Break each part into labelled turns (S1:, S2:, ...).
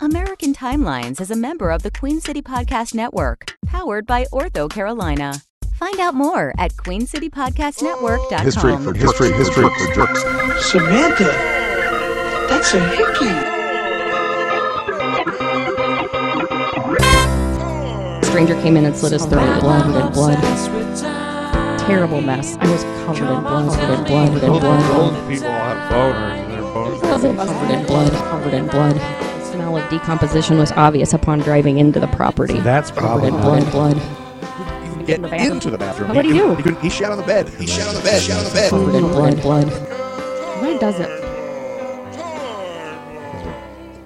S1: American Timelines is a member of the Queen City Podcast Network, powered by Ortho Carolina. Find out more at queencitypodcastnetwork.com.
S2: History for history, history for jerks.
S3: Samantha, that's a hickey.
S4: stranger came in and slit his throat. Blood and blood. Terrible mess. I was covered in blood. Covered in blood. Covered in blood.
S5: Old people have boners and their boners.
S4: Covered in blood. Covered in blood. The smell of decomposition was obvious upon driving into the property.
S5: That's probably
S4: Covered in blood. Blood.
S6: get
S4: the bathroom.
S6: into the bathroom.
S4: What'd he
S6: couldn't-
S4: do?
S6: He, couldn't, he shot on the bed. He shot on the bed. Shot on the bed.
S4: Covered in blood. Blood. Why does it?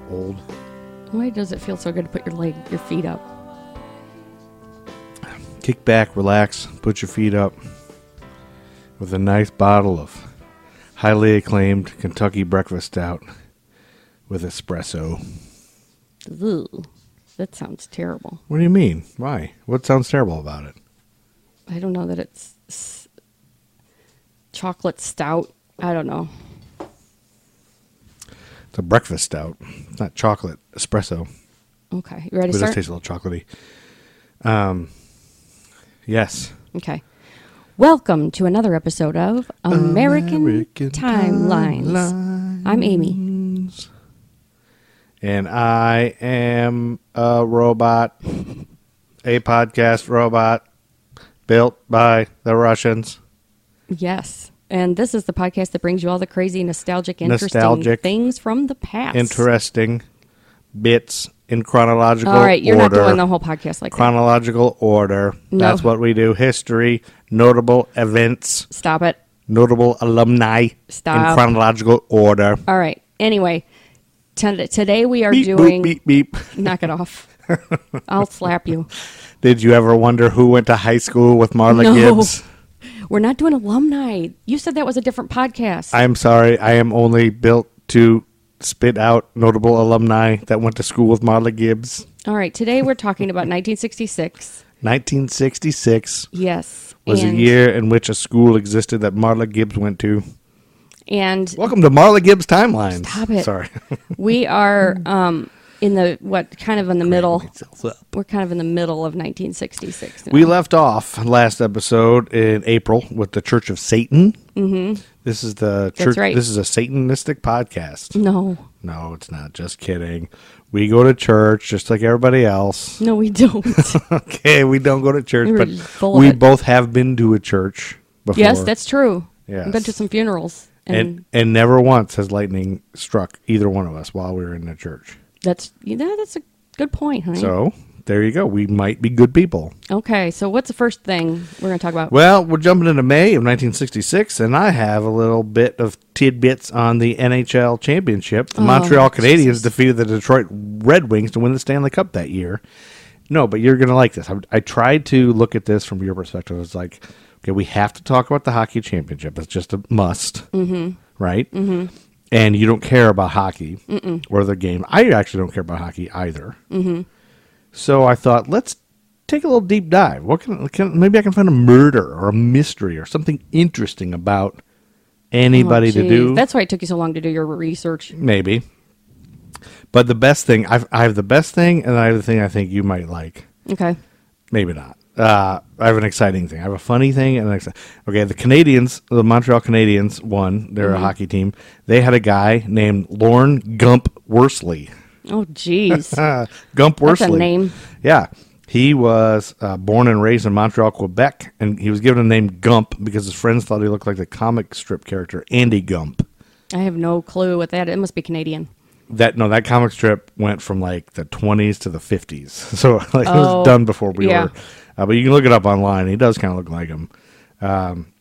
S6: Old.
S4: Why does it feel so good to put your leg, your feet up?
S5: Kick back, relax, put your feet up with a nice bottle of highly acclaimed Kentucky breakfast stout with espresso.
S4: Ugh, that sounds terrible.
S5: What do you mean? Why? What sounds terrible about it?
S4: I don't know that it's s- chocolate stout. I don't know.
S5: It's a breakfast stout. It's not chocolate espresso,
S4: Okay, you ready
S5: but
S4: to
S5: it does
S4: start?
S5: taste a little chocolatey. Um, yes.
S4: Okay. Welcome to another episode of American,
S5: American
S4: Timelines. I'm Amy.
S5: And I am a robot, a podcast robot built by the Russians.
S4: Yes. And this is the podcast that brings you all the crazy, nostalgic, interesting
S5: Nostalgic.
S4: things from the past.
S5: Interesting bits in chronological
S4: all right, you're
S5: order.
S4: not doing the whole podcast like that.
S5: chronological order.
S4: No.
S5: That's what we do. History, notable events,
S4: Stop it.
S5: notable alumni in
S4: Stop.
S5: chronological order.
S4: All right. Anyway, t- today we are
S5: Beep,
S4: doing.
S5: boop, beep, beep.
S4: Knock it off. I'll slap you.
S5: Did you ever wonder who went to high school with Marla
S4: No.
S5: Gibbs?
S4: We're not doing alumni. You said that was a different podcast.
S5: I'm sorry, I am only built to spit out notable alumni that went to school with Marla Gibbs.
S4: all right. Today we're talking about 1966.
S5: 1966
S4: Yes.
S5: was
S4: and-
S5: a year in which a school existed that Marla Gibbs went to.
S4: And
S5: Welcome to Marla Gibbs Timelines.
S4: Stop it.
S5: Sorry.
S4: we are um, in the what kind of in the middle
S5: Myself up.
S4: we're kind of in the middle of 1966 now.
S5: We left off last episode in April with the Church of Satan. Mm-hmm. This is the church.
S4: right.
S5: This is a Satanistic podcast.
S4: no
S5: No, it's not. Just kidding. We go to church just like everybody else.
S4: no we don't
S5: Okay, we don't go to church,
S4: We were
S5: but
S4: full of
S5: we
S4: it.
S5: both have been to a church before.
S4: yes that's true
S5: Yes.
S4: i've been to some funerals and,
S5: and and never once has lightning struck either one of us while we were in the church.
S4: that's you know that's a good point honey
S5: So there you go. We might be good people.
S4: okay so what's the first thing we're going to talk about
S5: Well, we're jumping into May of 1966, and I have a little bit of tidbits on the NHL championship. The Montreal Canadiens defeated the Detroit Red Wings to win the Stanley Cup that year. No, but you're going to like this. I, I tried to look at this from your perspective. It's like, okay, we have to talk about the hockey championship. It's just a must, mm-hmm. right? Mm-hmm. And you don't care about hockey or the game. I actually don't care about hockey either. So I thought, let's take a little deep dive. What can, can maybe I can find a murder or a mystery or something interesting about anybody
S4: Oh,
S5: to
S4: geez.
S5: do.
S4: that's why it took you so long to do your research
S5: maybe. But the best thing I've, I have the best thing, and I have the thing I think you might like.
S4: okay
S5: Maybe not. Uh, I have an exciting thing. I have a funny thing and an exciting. Okay, the Canadians, the Montreal Canadiens, won. They're
S4: Mm-hmm.
S5: a hockey team. They had a guy named Lorne Gump Worsley.
S4: oh jeez
S5: Uh, Gump Worsley.
S4: That's a name.
S5: Yeah. He was uh, born and raised in Montreal, Quebec, and he was given the name Gump because his friends thought he looked like the comic strip character Andy Gump.
S4: i have no clue what that it must be canadian
S5: That no, that comic strip went from like the 20s to the 50s, so like it
S4: Oh,
S5: was done before we
S4: yeah.
S5: were. Uh, but you can look it up online. He does kind of look like him. Um,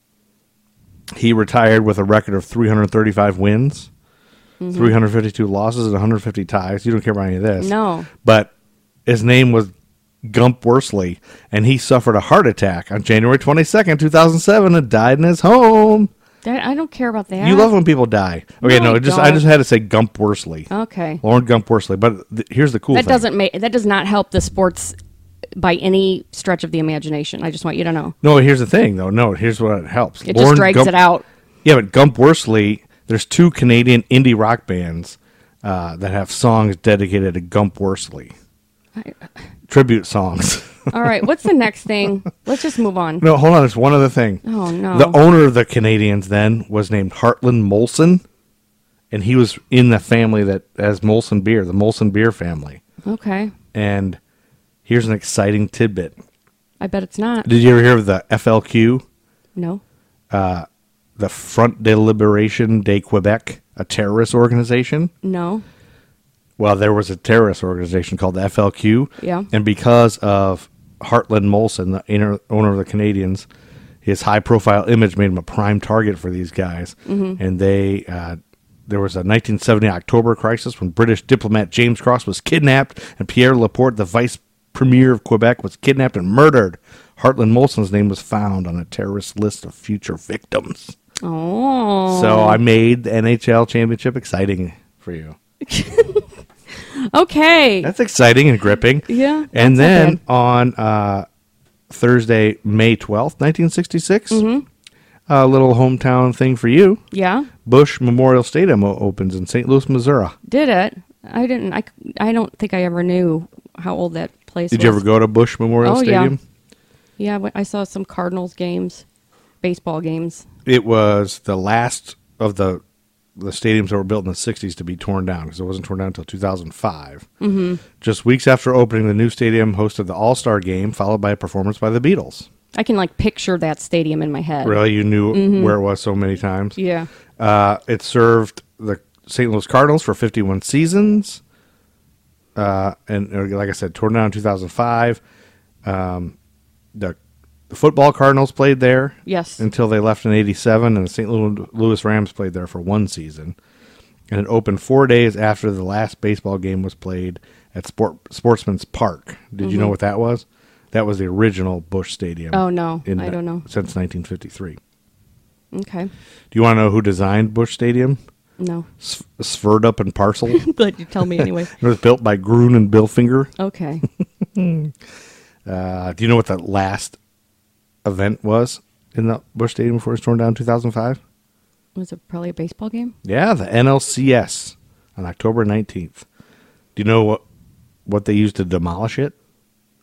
S5: he retired with a record of 335 wins,
S4: Mm-hmm.
S5: 352 losses, and 150 ties. You don't care about any of this,
S4: No.
S5: But his name was Gump Worsley, and he suffered a heart attack on January 22nd, 2007, and died in his home.
S4: that, i don't care about that
S5: You love when people die. Okay,
S4: No,
S5: no,
S4: I
S5: it just I
S4: don't.
S5: just had to say Gump Worsley.
S4: okay
S5: Lauren Gump Worsley. But th- here's the cool
S4: that
S5: thing.
S4: doesn't make that does not help the sports by any stretch of the imagination. I just want you to know.
S5: No, here's the thing though. No, here's what helps.
S4: It
S5: Lorne
S4: just drags
S5: Gump-
S4: it out.
S5: Yeah, but Gump Worsley. There's two Canadian indie rock bands uh, that have songs dedicated to Gump Worsley. Tribute songs.
S4: All right, what's the next thing? Let's just move on.
S5: no, hold on. There's one other thing.
S4: Oh, no.
S5: The owner of the Canadians then was named Hartland Molson, and he was in the family that has Molson Beer, the Molson Beer family.
S4: Okay.
S5: And here's an exciting tidbit.
S4: I bet it's not.
S5: Did you ever hear of the FLQ,
S4: No.
S5: the Front de Liberation de Quebec, a terrorist organization?
S4: No.
S5: Well, there was a terrorist organization called the FLQ.
S4: Yeah.
S5: And because of Hartland Molson, the inner owner of the Canadians, his high profile image made him a prime target for these guys. And they, uh, there was a 1970 October crisis when British diplomat James Cross was kidnapped and Pierre Laporte, the vice premier of Quebec, was kidnapped and murdered. Hartland Molson's name was found on a terrorist list of future victims.
S4: Oh.
S5: So I made the NHL championship exciting for you.
S4: Okay.
S5: That's exciting and gripping.
S4: Yeah,
S5: And
S4: that's not
S5: then on uh, Thursday, May 12th, 1966,
S4: Mm-hmm.
S5: a little hometown thing for you.
S4: yeah.
S5: Bush Memorial Stadium o- opens in St. Louis, Missouri.
S4: Did it? I didn't. I, c- I don't think I ever knew how old that place
S5: Did
S4: was.
S5: you ever go to Bush Memorial
S4: Oh, yeah.
S5: Stadium?
S4: Yeah, I went- I saw some Cardinals games, baseball games.
S5: It was the last of the the stadiums that were built in the 60s to be torn down because it wasn't torn down until 2005. Mm-hmm. Just weeks after opening, the new stadium hosted the All Star game, followed by a performance by the Beatles.
S4: I can like picture that stadium in my head.
S5: Really, you knew where it was so many times.
S4: Mm-hmm. Yeah.
S5: Uh, it served the St. Louis Cardinals for 51 seasons. Uh, and uh, like I said, torn down in 2005. Um, the, the football Cardinals played there.
S4: Yes.
S5: Until they left in 87, and the St. Lou- Louis Rams played there for one season. And it opened four days after the last baseball game was played at Sport, Sportsman's Park. Did you know what that was? That was the original Bush Stadium.
S4: Mm-hmm. Oh, no.
S5: in
S4: I
S5: ni-
S4: don't know.
S5: Since 1953.
S4: Okay.
S5: Do you want to know who designed Bush Stadium?
S4: No.
S5: S- Sferred up and parcel. it
S4: Glad you tell me anyway.
S5: was built by Grun and Billfinger.
S4: Okay.
S5: Uh, do you know what the last event was in the Bush Stadium before it was torn down in 2005?
S4: Was it probably a baseball game?
S5: Yeah, the NLCS on October 19th. Do you know what what they used to demolish it?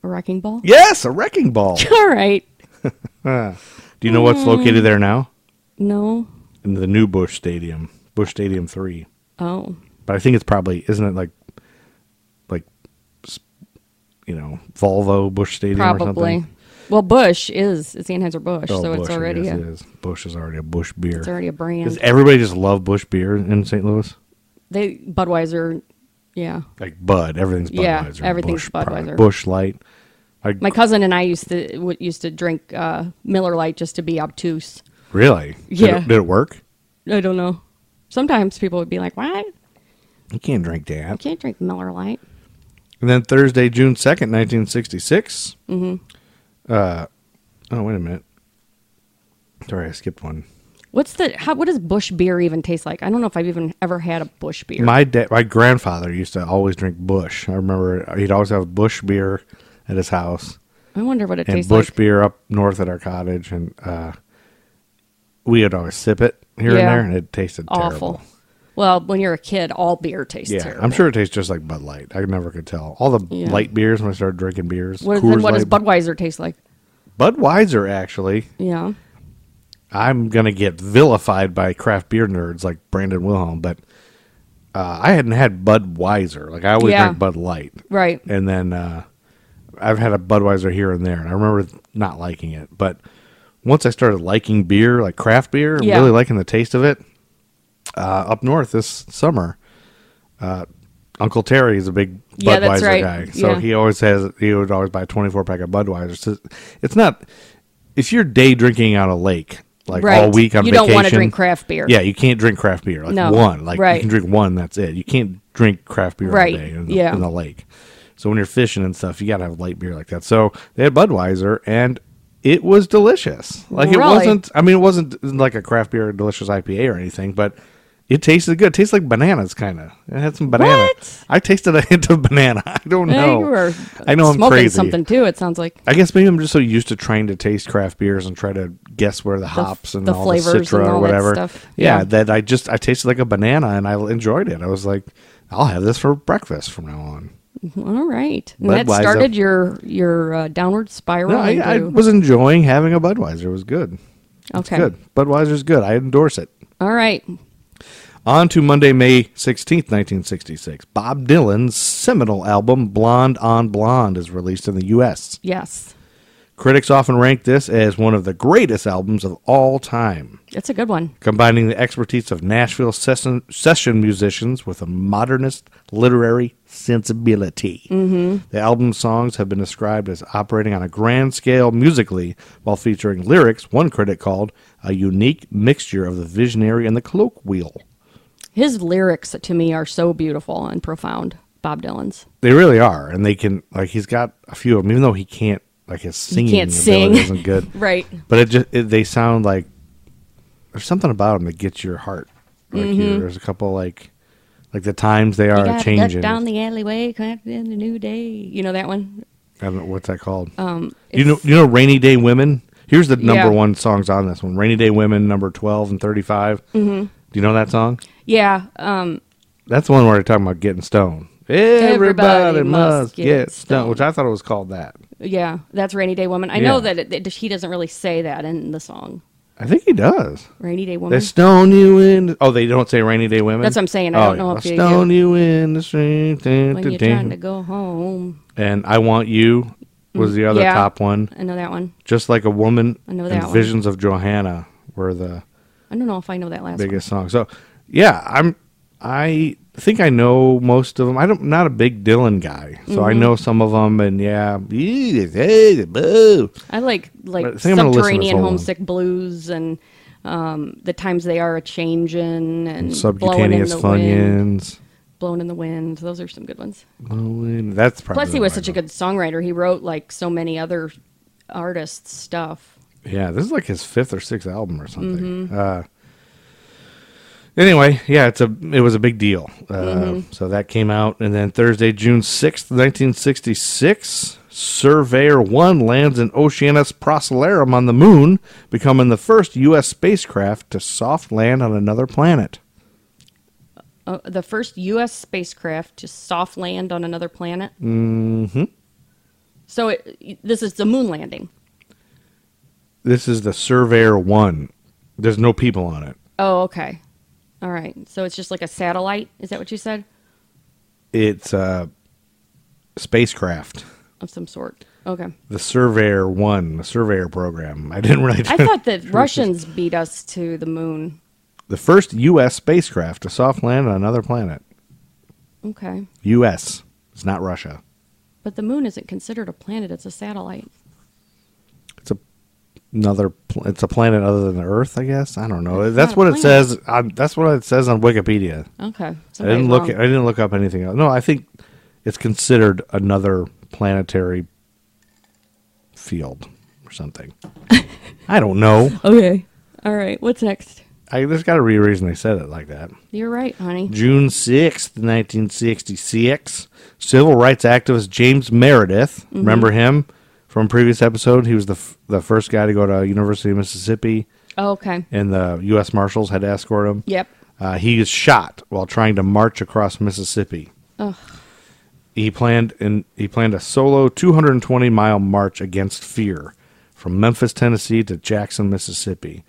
S4: A wrecking ball?
S5: Yes, a wrecking ball.
S4: All right.
S5: do you know what's located there now?
S4: No.
S5: In the new Bush Stadium, Bush Stadium 3.
S4: Oh.
S5: but I think it's probably isn't it like like s- you know Volvo Bush Stadium or
S4: Probably.
S5: something.
S4: Well, Bush is it's Anheuser Busch,
S5: Oh,
S4: so
S5: Busch,
S4: it's
S5: I
S4: already
S5: guess
S4: a,
S5: it is. Bush is already a Bush beer.
S4: it's already a
S5: Does
S4: brand.
S5: everybody just love Bush beer in St. Louis?
S4: they Budweiser, yeah.
S5: Like Bud, everything's Budweiser.
S4: Yeah, everything's
S5: Busch product,
S4: Budweiser.
S5: Busch Light. Like
S4: My cousin and I used to w- used to drink uh, Miller Lite just to be obtuse.
S5: really? Did
S4: Yeah.
S5: it- did it work?
S4: I don't know. Sometimes people would be like, "What?
S5: You can't drink that.
S4: Can't drink Miller Lite?"
S5: And then Thursday, June 2nd, 1966. Mm-hmm. Uh, oh, wait a minute. Sorry, I skipped one.
S4: What's the how? What does Bush beer even taste like? I don't know if I've even ever had a Bush beer.
S5: My dad, my grandfather used to always drink Bush. I remember he'd always have Bush beer at his house
S4: I wonder what it
S5: and
S4: tastes
S5: Bush
S4: like.
S5: beer up north at our cottage, and uh, we would always sip it here and
S4: Yeah.
S5: there, and it tasted
S4: Awful.
S5: terrible.
S4: Well, when you're a kid, all beer tastes
S5: Yeah,
S4: terrible.
S5: I'm sure it tastes just like Bud Light. I never could tell. All the
S4: Yeah.
S5: light beers when I started drinking beers.
S4: What, then
S5: Coors
S4: what does
S5: Light-
S4: Budweiser taste like?
S5: Budweiser actually.
S4: Yeah.
S5: I'm gonna get vilified by craft beer nerds like Brandon Wilhelm, but uh, I hadn't had Budweiser. Like I always
S4: Yeah.
S5: drank Bud Light,
S4: Right.
S5: and then uh, I've had a Budweiser here and there, and I remember not liking it. But once I started liking beer, like craft beer, and
S4: Yeah.
S5: really liking the taste of it, uh, up north this summer, uh, Uncle Terry is a big Budweiser
S4: Yeah, that's right.
S5: guy, so
S4: Yeah.
S5: he always has he would always buy a twenty four pack of Budweiser. So it's not if you're day drinking on a lake. Like
S4: Right.
S5: all week on
S4: You
S5: vacation,
S4: don't wanna drink craft beer.
S5: Yeah, you can't drink craft beer. Like
S4: No.
S5: one, like
S4: Right.
S5: you can drink one. That's it. You can't drink craft beer
S4: Right.
S5: all day in the,
S4: Yeah.
S5: in the lake. So when you're fishing and stuff, you gotta have light beer like that. So they had Budweiser, and it was delicious. Like it
S4: Really?
S5: wasn't. I mean, it wasn't like a craft beer, delicious IPA or anything, but it tasted good. It tastes like bananas, kind of. It had some banana.
S4: What?
S5: I tasted a hint of banana. I don't
S4: Yeah,
S5: know.
S4: you were
S5: I know I'm
S4: smoking
S5: crazy.
S4: something too. It sounds like
S5: I guess maybe I'm just so used to trying to taste craft beers and try to guess where the hops and
S4: the
S5: all
S4: flavors
S5: the citra
S4: and all
S5: or
S4: that
S5: whatever.
S4: stuff.
S5: Yeah,
S4: Yeah.
S5: that I just I tasted like a banana and I enjoyed it. I was like, I'll have this for breakfast from now on.
S4: All right. And that
S5: Budweiser.
S4: started your your uh, downward spiral.
S5: No, I, I
S4: into-
S5: was enjoying having a Budweiser. It was good. It's
S4: okay.
S5: good. Budweiser's good. I endorse it.
S4: All right.
S5: On to Monday, May 16th, 1966. Bob Dylan's seminal album, Blonde on Blonde, is released in the U.S.
S4: Yes,
S5: Critics often rank this as one of the greatest albums of all time,
S4: it's a good one.
S5: combining the expertise of Nashville session, session musicians with a modernist literary sensibility. Mm-hmm. The album's songs have been described as operating on a grand scale musically while featuring lyrics one critic called a unique mixture of the visionary and the colloquial.
S4: His lyrics to me are so beautiful and profound. Bob Dylan's.
S5: They really are, and they can like he's got a few of them, even though he can't like his singing
S4: can't
S5: ability
S4: sing.
S5: isn't good,
S4: Right.
S5: But it just it, they sound like there's something about them that gets your heart. Like
S4: Mm-hmm.
S5: you, there's a couple like like the times they are changing.
S4: down the alleyway, clap in the new day. You know that one?
S5: I don't know what's that called.
S4: Um,
S5: you know,
S4: it's-
S5: you know, rainy day women. Here's the number
S4: Yeah.
S5: one songs on this one: rainy day women, number twelve and 35 Mm-hmm. Do you know that song?
S4: Yeah. Um,
S5: That's the one where they're talking about getting stoned. Everybody, must get, stoned,
S4: stoned.
S5: which I thought it was called that.
S4: yeah. That's Rainy Day Woman. I know
S5: Yeah.
S4: that, it, that he doesn't really say that in the song.
S5: I think he does.
S4: Rainy Day
S5: They
S4: Woman.
S5: stone you in. Oh, they don't say rainy day women. Oh,
S4: That's what I'm saying. I don't know if
S5: they
S4: they
S5: stone you in the street. dun,
S4: when
S5: dun,
S4: you're trying
S5: dun.
S4: to go home.
S5: And I want you was the other
S4: Mm, yeah.
S5: top one.
S4: I know that one.
S5: Just like a woman.
S4: I know
S5: and
S4: that one.
S5: Visions of Johanna were the
S4: I don't know if I know that last
S5: biggest song. So yeah, I'm. I think I know most of them. I don't. Not a big Dylan guy, so
S4: Mm-hmm.
S5: I know some of them. And yeah, boo.
S4: one. I like like
S5: I think I'm gonna listen to this
S4: subterranean
S5: whole one.
S4: homesick blues and um, the times they are a changin' and blowing in
S5: subcutaneous
S4: the wind,
S5: funyuns.
S4: blowing in the wind. Those are some good ones.
S5: Blowing- That's probably
S4: Plus, he
S5: the
S4: was
S5: one I
S4: such a
S5: know.
S4: good songwriter. He wrote like so many other artists' stuff.
S5: Yeah, this is like his fifth or sixth album or something. Uh, anyway, yeah, it's a it was a big deal. Uh, So that came out, and then Thursday, June sixth, nineteen sixty six, Surveyor One lands in Oceanus Procellarum on the moon, becoming the first U.S. spacecraft to soft land on another planet.
S4: Uh, the first U.S. spacecraft to soft land on another planet. Mm-hmm. So it, this is the moon landing.
S5: This is the Surveyor One. There's no people on it.
S4: Oh, okay. All right. So it's just like a satellite. Is that what you said?
S5: It's a spacecraft.
S4: Of some sort. Okay.
S5: The Surveyor One, the Surveyor program. I didn't really.
S4: I thought the Russians beat us to the moon.
S5: the first U.S. spacecraft to soft land on another planet.
S4: Okay.
S5: U.S. It's not Russia.
S4: But the moon isn't considered a planet, it's a satellite.
S5: It's a another. Pl- it's a planet other than the Earth, I guess. I don't know.
S4: It's
S5: that's
S4: not
S5: what
S4: a
S5: it says. On, that's what it says on Wikipedia.
S4: Okay.
S5: I
S4: Somebody's
S5: didn't look.
S4: wrong.
S5: I didn't look up anything else. No, I think it's considered another planetary field or something. I don't know.
S4: Okay. All right. What's next?
S5: I, there's got to be a reason they said it like that.
S4: You're right, honey.
S5: June 6th, 1966, civil rights activist James Meredith, remember him from previous episode? He was the, f- the first guy to go to University of Mississippi,
S4: okay.
S5: and the U.S. Marshals had to escort him.
S4: Yep.
S5: Uh, he is shot while trying to march across Mississippi. He planned and he planned a solo 220 mile march against fear from Memphis, Tennessee to Jackson, Mississippi.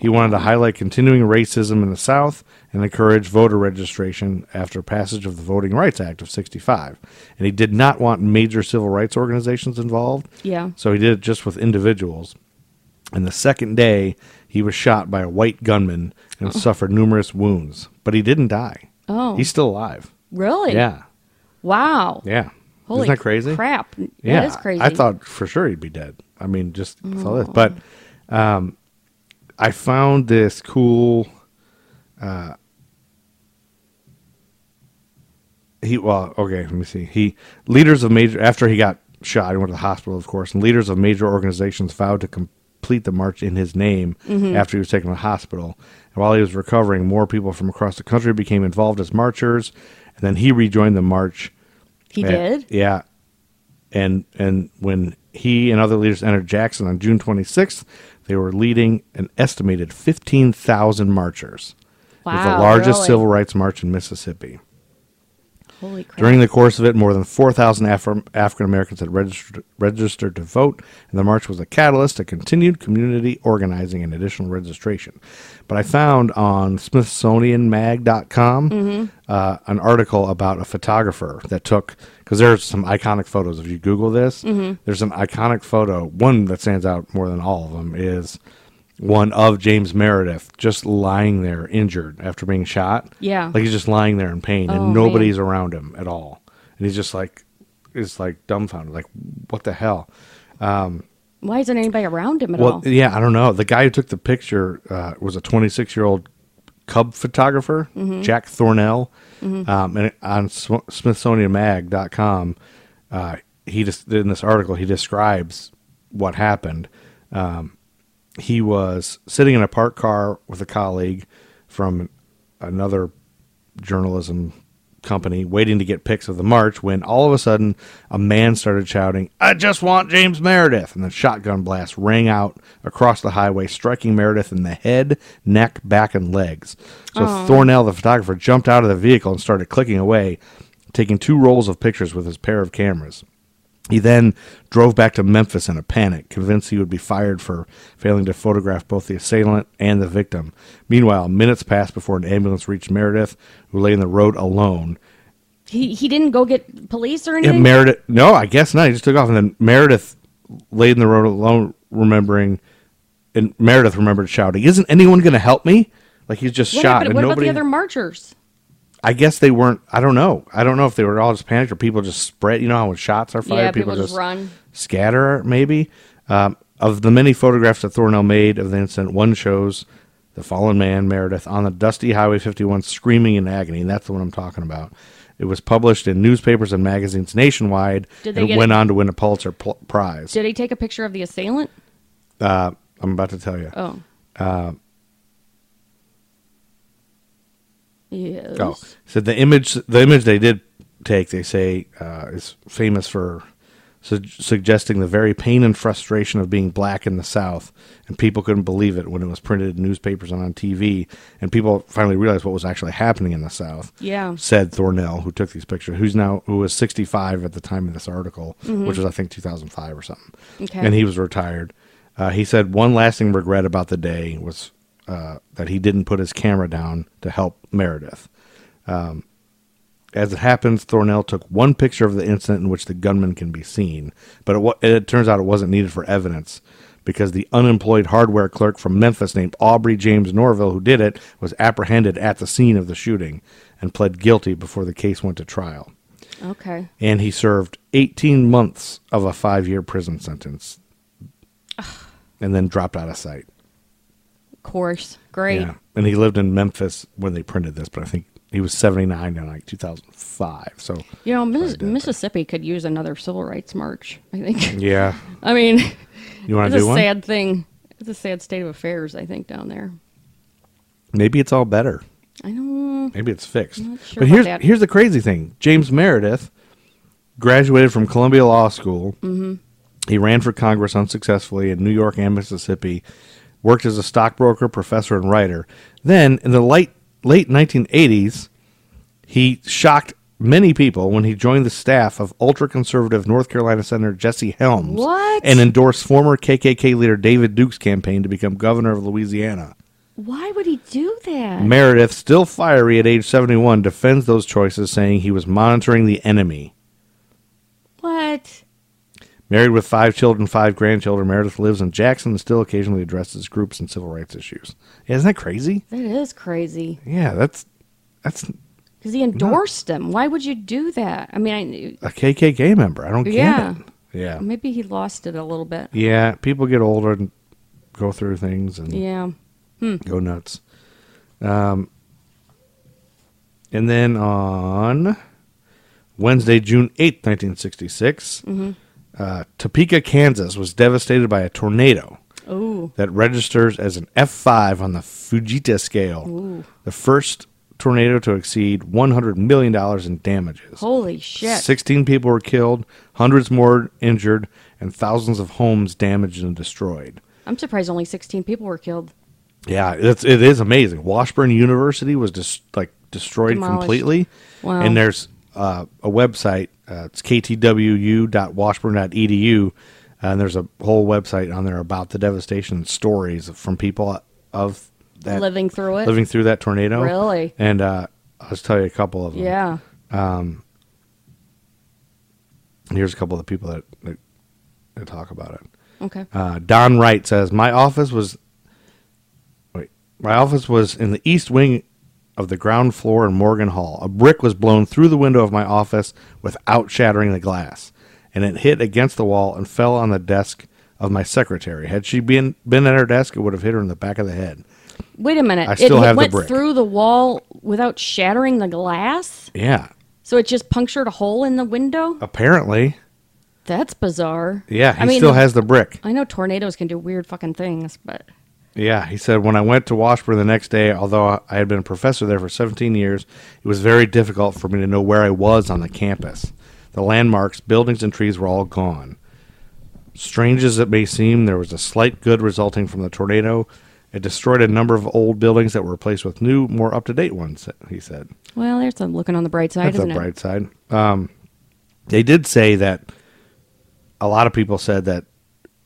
S5: He wanted to highlight continuing racism in the South and encourage voter registration after passage of the Voting Rights Act of 65. And he did not want major civil rights organizations involved.
S4: Yeah.
S5: So he did it just with individuals. And the second day, he was shot by a white gunman and suffered numerous wounds, but he didn't die.
S4: Oh.
S5: He's still alive.
S4: Really?
S5: Yeah.
S4: Wow.
S5: Yeah.
S4: Holy
S5: Isn't that crazy?
S4: crap.
S5: Yeah.
S4: That is crazy.
S5: I thought for sure he'd be dead. I mean, just with all this. But um, I found this cool. Uh, he well, okay. Let me see. He leaders of major after he got shot and went to the hospital, of course. And leaders of major organizations vowed to complete the march in his name
S4: Mm-hmm.
S5: after he was taken to the hospital. And while he was recovering, more people from across the country became involved as marchers. And then he rejoined the march.
S4: he
S5: Yeah,
S4: did.
S5: Yeah. And and when he and other leaders entered Jackson on June 26th, they were leading an estimated 15,000 marchers. It was the
S4: Wow,
S5: largest
S4: really?
S5: civil rights march in Mississippi.
S4: Holy crap.
S5: During the course of it, more than 4,000 Afri- African Americans had registered, registered to vote, and the march was a catalyst to continued community organizing and additional registration. But I found on SmithsonianMag.com uh, an article about a photographer that took, because there's some iconic photos. If you Google this, there's an iconic photo. One that stands out more than all of them is one of James Meredith just lying there injured after being shot.
S4: Yeah.
S5: Like he's just lying there in pain
S4: Oh,
S5: and nobody's around him at all. And he's just like is like dumbfounded, like what the hell?
S4: Why isn't anybody around him at
S5: Well,
S4: all?
S5: yeah, I don't know. The guy who took the picture uh, was a 26 year old cub photographer,
S4: Mm-hmm.
S5: Jack Thornell, um, and on Sw- SmithsonianMag.com, uh, he just in this article he describes what happened. Um, he was sitting in a parked car with a colleague from another journalism company waiting to get pics of the march when all of a sudden a man started shouting, I just want James Meredith. And the shotgun blast rang out across the highway, striking Meredith in the head, neck, back, and legs. So Thornell, the photographer, jumped out of the vehicle and started clicking away, taking two rolls of pictures with his pair of cameras. He then drove back to Memphis in a panic, convinced he would be fired for failing to photograph both the assailant and the victim. Meanwhile, minutes passed before an ambulance reached Meredith, who lay in the road alone.
S4: he he didn't go get police or
S5: And
S4: anything.
S5: Meredith, no, I guess not. He just took off, and then Meredith laid in the road alone, remembering, and Meredith remembered shouting, "Isn't anyone going to help me?" Like he's just
S4: what
S5: shot,
S4: happened?
S5: and
S4: What about
S5: nobody.
S4: the other marchers?
S5: I guess they weren't. I don't know. I don't know if they were all just panicked or people just spread. You know how when shots are fired,
S4: Yeah, people just run.
S5: scatter. Maybe um, of the many photographs that Thornell made of the incident, one shows the fallen man Meredith on the dusty Highway 51, screaming in agony. And that's the one I'm talking about. It was published in newspapers and magazines nationwide,
S4: Did they
S5: and
S4: get
S5: went
S4: it-
S5: on to win a Pulitzer pl- Prize.
S4: Did he take a picture of the assailant?
S5: uh, I'm about to tell you.
S4: Oh.
S5: Uh,
S4: yes.
S5: Oh, so the image, the image they did take, they say, uh, is famous for su- suggesting the very pain and frustration of being black in the South, and people couldn't believe it when it was printed in newspapers and on TV, and people finally realized what was actually happening in the South.
S4: Yeah.
S5: said Thornell, who took these pictures, who's now who was 65 at the time of this article, which was I think 2005 or something,
S4: Okay.
S5: and he was retired. Uh, he said one lasting regret about the day was uh, that he didn't put his camera down to help Meredith. Um, As it happens, Thornell took one picture of the incident in which the gunman can be seen, but it, wa- it turns out it wasn't needed for evidence because the unemployed hardware clerk from Memphis named Aubrey James Norville, who did it, was apprehended at the scene of the shooting and pled guilty before the case went to trial.
S4: Okay.
S5: And he served 18 months of a five year prison sentence and then dropped out of sight.
S4: Of course. Great.
S5: Yeah. And he lived in Memphis when they printed this, but I think he was 79 in like 2005. So,
S4: You know, Miss- Mississippi could use another civil rights march. I think.
S5: yeah.
S4: I mean,
S5: You want
S4: it's
S5: to
S4: a
S5: do one?
S4: sad thing. It's a sad state of affairs. I think down there.
S5: Maybe it's all better.
S4: I don't.
S5: Maybe it's fixed.
S4: Not sure
S5: but
S4: about
S5: here's
S4: that.
S5: here's the crazy thing. James Meredith graduated from Columbia Law School. Mm-hmm. He ran for Congress unsuccessfully in New York and Mississippi. Worked as a stockbroker, professor, and writer. Then, in the late late 1980s, he shocked many people when he joined the staff of ultra conservative North Carolina Senator Jesse Helms
S4: What?
S5: and endorsed former KKK leader David Duke's campaign to become governor of Louisiana.
S4: Why would he do that?
S5: Meredith, still fiery at age 71, defends those choices, saying he was monitoring the enemy.
S4: what?
S5: Married with five children, five grandchildren, Meredith lives in Jackson and still occasionally addresses groups and civil rights issues. Yeah, isn't that crazy?
S4: That is crazy.
S5: Yeah, that's that's
S4: Because he endorsed him. Why would you do that? I mean,
S5: a KKK member. I don't
S4: Yeah.
S5: get it. Yeah,
S4: I, maybe he lost it a little bit.
S5: yeah. People get older and go through things and
S4: Yeah.
S5: go nuts. Um, and then on Wednesday, June eighth, 1966,
S4: Mm-hmm.
S5: uh, Topeka, Kansas was devastated by a tornado
S4: Ooh.
S5: that registers as an F5 on the Fujita scale,
S4: Ooh.
S5: the first tornado to exceed $100 million in damages.
S4: Holy shit.
S5: 16 people were killed, hundreds more injured, and thousands of homes damaged and destroyed.
S4: I'm surprised only 16 people were killed.
S5: Yeah, it's it is amazing. Washburn University was just like destroyed
S4: Demolished. Oh.
S5: completely,
S4: Wow.
S5: and there's uh, a website. Uh, it's ktwu.washburn.edu, e and there's a whole website on there about the devastation stories from people of that
S4: Living through it?
S5: living through Mm-hmm. that tornado.
S4: Really?
S5: And uh, I'll just tell you a couple of them.
S4: Yeah.
S5: Here's a couple of the people that, that, that talk about it.
S4: Okay.
S5: Uh, Don Wright says, "My office was, wait, my office was in the east wing of the ground floor in Morgan Hall. A brick was blown through the window of my office without shattering the glass, and it hit against the wall and fell on the desk of my secretary. Had she been been at her desk, it would have hit her in the back of the head.
S4: Wait a minute.
S5: I still
S4: it
S5: have the
S4: went
S5: brick.
S4: through the wall without shattering the glass?
S5: Yeah,
S4: So it just punctured a hole in the window?
S5: apparently,
S4: That's bizarre.
S5: yeah, he
S4: I mean,
S5: still has the brick.
S4: I know tornadoes can do weird fucking things, but
S5: Yeah, he said, when I went to Washburn the next day, although I had been a professor there for 17 years, it was very difficult for me to know where I was on the campus. The landmarks, buildings, and trees were all gone. Strange as it may seem, there was a slight good resulting from the tornado. It destroyed a number of old buildings that were replaced with new, more up to date ones, he said.
S4: well, there's a looking on the bright side,
S5: That's
S4: isn't
S5: the
S4: it?
S5: bright side. Um, they did say that a lot of people said that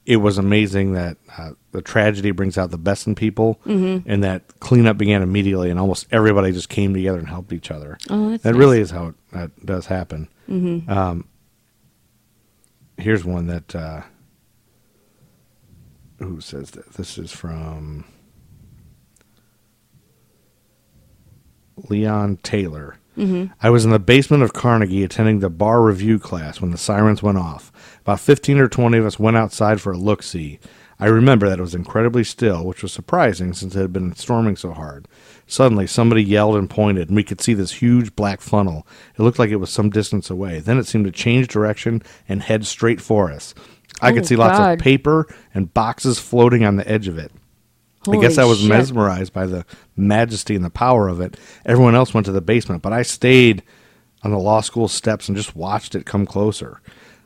S5: it was amazing that uh, the tragedy brings out the best in people,
S4: Mm-hmm.
S5: and that cleanup began immediately, and almost everybody just came together and helped each other.
S4: Oh, that's
S5: that
S4: nice. Mm-hmm.
S5: really is how it that does happen. Um, here's one that uh, who says that this is from Leon Taylor.
S4: Mm-hmm.
S5: I was in the basement of Carnegie attending the bar review class when the sirens went off. About 15 or 20 of us went outside for a look see. I remember that it was incredibly still, which was surprising since it had been storming so hard. Suddenly, somebody yelled and pointed, and we could see this huge black funnel. It looked like it was some distance away. Then it seemed to change direction and head straight for us. I
S4: Oh,
S5: could see lots
S4: God.
S5: of paper and boxes floating on the edge of it. I guess
S4: Holy
S5: I was
S4: shit.
S5: mesmerized by the majesty and the power of it. Everyone else went to the basement, but I stayed on the law school steps and just watched it come closer.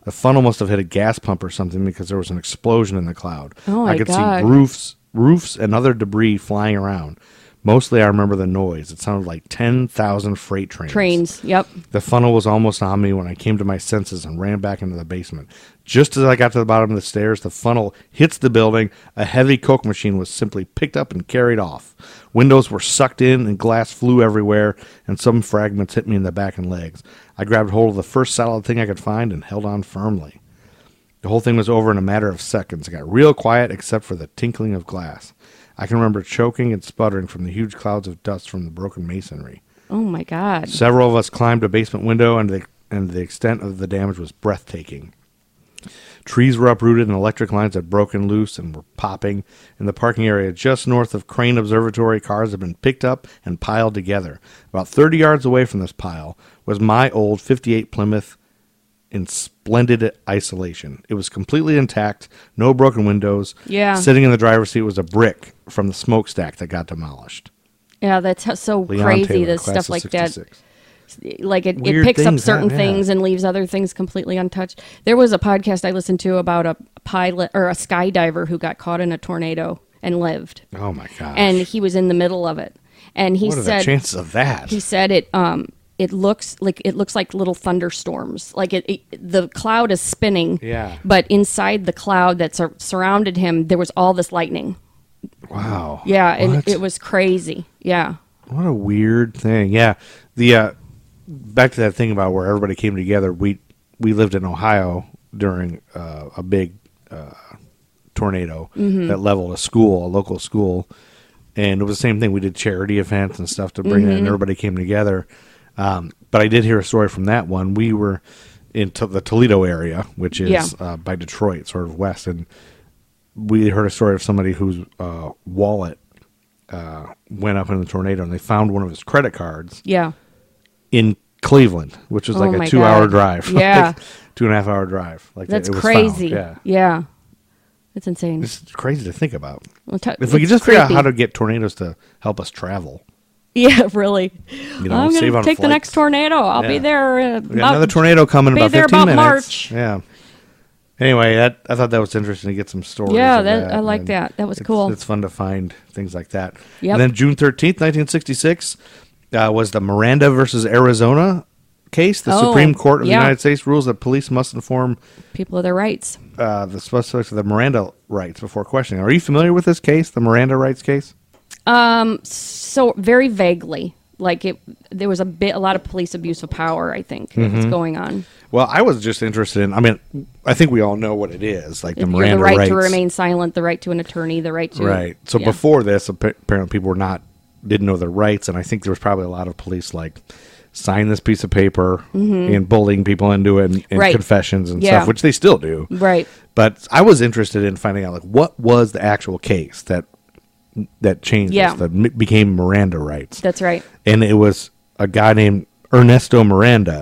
S5: The funnel must have hit a gas pump or something because there was an explosion in the cloud.
S4: Oh my
S5: I could
S4: God.
S5: see roofs, roofs and other debris flying around. Mostly I remember the noise. It sounded like 10,000 freight trains.
S4: Trains. Yep.
S5: The funnel was almost on me when I came to my senses and ran back into the basement. Just as I got to the bottom of the stairs, the funnel hits the building. A heavy Coke machine was simply picked up and carried off. Windows were sucked in and glass flew everywhere, and some fragments hit me in the back and legs. I grabbed hold of the first solid thing I could find and held on firmly. The whole thing was over in a matter of seconds. It got real quiet except for the tinkling of glass. I can remember choking and sputtering from the huge clouds of dust from the broken masonry.
S4: Oh my god.
S5: Several of us climbed a basement window, and the and the extent of the damage was breathtaking. Trees were uprooted, and electric lines had broken loose and were popping. In the parking area just north of Crane Observatory, cars had been picked up and piled together. About thirty yards away from this pile was my old '58 Plymouth in splendid isolation. It was completely intact, no broken windows.
S4: Yeah.
S5: Sitting in the driver's seat was a brick from the smokestack that got demolished.
S4: Yeah, that's ho- so
S5: Leon
S4: crazy
S5: Taylor,
S4: that stuff
S5: class of
S4: like that
S5: 66.
S4: like it, it
S5: Weird
S4: picks up
S5: things, huh?
S4: certain
S5: Yeah.
S4: things and leaves other things completely untouched. There was a podcast I listened to about a pilot or a skydiver who got caught in a tornado and lived.
S5: Oh my gosh.
S4: And he was in the middle of it. And he
S5: what are
S4: said
S5: the chances of that?
S4: he said it um it looks like it looks like little thunderstorms like it, it the cloud is spinning
S5: Yeah.
S4: but inside the cloud that sur- surrounded him there was all this lightning
S5: Wow.
S4: yeah and
S5: What?
S4: it was crazy yeah
S5: what a weird thing. Yeah. The uh, back to that thing about where everybody came together. We we lived in Ohio during uh, a big uh, tornado that leveled a school, a local school, and it was the same thing. We did charity events and stuff to bring in. Everybody came together. Um, but I did hear a story from that one. We were in to the Toledo area, which is
S4: Yeah.
S5: uh, by Detroit, sort of west, and we heard a story of somebody whose uh, wallet uh, went up in the tornado and they found one of his credit cards
S4: yeah
S5: in Cleveland, which was
S4: Oh
S5: like
S4: my
S5: a two hour
S4: God.
S5: drive.
S4: Yeah.
S5: Like, two and a half hour drive. Like
S4: that's
S5: it was found.
S4: crazy
S5: Yeah.
S4: yeah it's insane
S5: It's crazy to think about.
S4: Well, t-
S5: If we could
S4: it's
S5: just figure out
S4: creepy.
S5: how to get tornadoes to help us travel.
S4: yeah really
S5: You know,
S4: i'm gonna
S5: save on
S4: take the
S5: flights.
S4: next tornado i'll be
S5: Yeah.
S4: there uh,
S5: We got
S4: about-
S5: another tornado coming in
S4: be
S5: about
S4: there
S5: 15
S4: about
S5: minutes.
S4: March.
S5: Yeah. Anyway, that, I thought that was interesting to get some stories.
S4: Yeah,
S5: of
S4: that- I like
S5: and
S4: that. That was
S5: it's-
S4: cool.
S5: It's fun to find things like that.
S4: Yep.
S5: And then June 13th, 1966, uh, was the Miranda versus Arizona case, the
S4: Oh,
S5: Supreme Court of
S4: yeah.
S5: the United States rules that police must inform
S4: People of their rights.
S5: uh, the suspects of the Miranda rights before questioning. Are you familiar with this case, the Miranda rights case?
S4: So very vaguely, like it, there was a bit, a lot of police abuse of power. I think
S5: Mm-hmm.
S4: that's going on.
S5: Well, I was just interested in. I mean, I think we all know what it is, like the
S4: You're
S5: Miranda
S4: the right
S5: rights,
S4: to remain silent, the right to an attorney, the right to
S5: right? So
S4: Yeah.
S5: before this, appa- apparently people were not didn't know their rights, and I think there was probably a lot of police like sign this piece of paper and bullying people into it and, and
S4: Mm-hmm. Right.
S5: confessions and
S4: Yeah.
S5: stuff, which they still do,
S4: right,
S5: But I was interested in finding out like what was the actual case that that changed this,
S4: Yeah.
S5: that m- became Miranda rights.
S4: that's right.
S5: and it was a guy named Ernesto Miranda,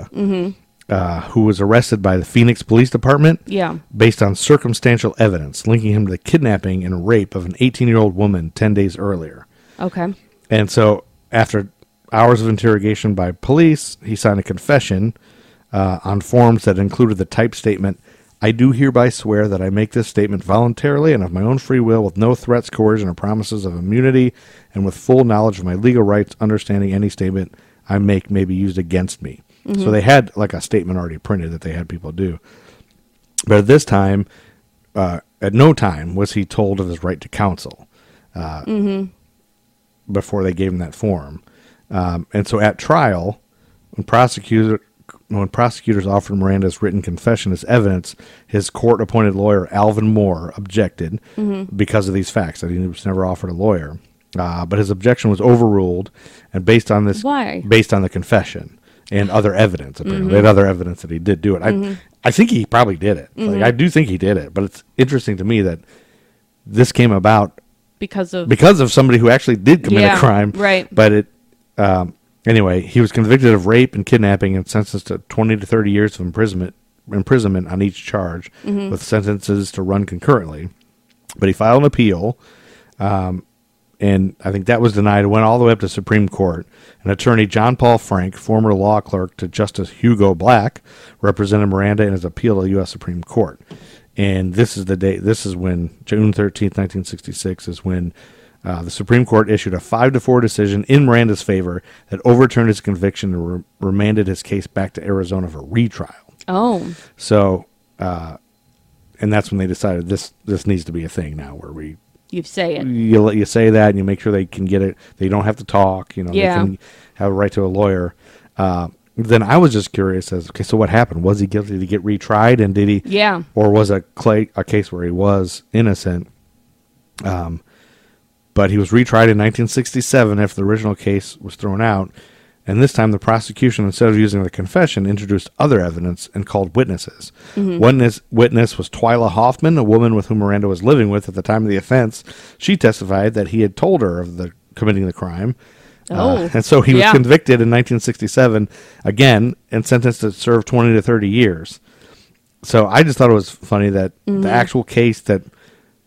S5: uh, who was arrested by the Phoenix Police Department
S4: Yeah.
S5: based on circumstantial evidence linking him to the kidnapping and rape of an 18 year old woman 10 days earlier.
S4: Okay.
S5: And so, after hours of interrogation by police, he signed a confession uh, on forms that included the type statement I do hereby swear that I make this statement voluntarily and of my own free will, with no threats, coercion, or promises of immunity, and with full knowledge of my legal rights, understanding any statement I make may be used against me. So, they had like a statement already printed that they had people do. But at this time, uh, at no time was he told of his right to counsel before they gave him that form. Um, and so at trial, when prosecutor when prosecutors offered Miranda's written confession as evidence, his court-appointed lawyer Alvin Moore objected because of these facts that he was never offered a lawyer. Uh, but his objection was overruled, and based on this,
S4: Why?
S5: based on the confession and other evidence, apparently they had other evidence that he did do it. I, I think he probably did it. Like, I do think he did it, but it's interesting to me that this came about
S4: Because of
S5: because of somebody who actually did commit
S4: Yeah,
S5: a crime.
S4: right.
S5: But it, um, anyway, he was convicted of rape and kidnapping and sentenced to 20 to 30 years of imprisonment, imprisonment on each charge,
S4: Mm-hmm.
S5: with sentences to run concurrently. But he filed an appeal, um, and I think that was denied. It went all the way up to Supreme Court. And attorney John Paul Frank, former law clerk to Justice Hugo Black, represented Miranda in his appeal to the U.S. Supreme Court. And this is the day. This is when June thirteenth, nineteen sixty-six, is when uh, the Supreme Court issued a five to four decision in Miranda's favor that overturned his conviction and re- remanded his case back to Arizona for retrial.
S4: oh
S5: So, uh, and that's when they decided this this needs to be a thing now, where we
S4: you say it
S5: you let you say that and you make sure they can get it. They don't have to talk. You know,
S4: Yeah.
S5: they can have a right to a lawyer. Uh, then I was just curious as okay, so what happened? Was he guilty to get retried, and did he?
S4: Yeah.
S5: Or was a clay a case where he was innocent? Um, but he was retried in 1967 after the original case was thrown out, and this time the prosecution, instead of using the confession, introduced other evidence and called witnesses. One is- witness was Twyla Hoffman, a woman with whom Miranda was living with at the time of the offense. She testified that he had told her of the committing the crime. Uh,
S4: Oh.
S5: and so he was
S4: Yeah.
S5: convicted in 1967 again and sentenced to serve 20 to 30 years. So I just thought it was funny that
S4: Mm-hmm.
S5: the actual case that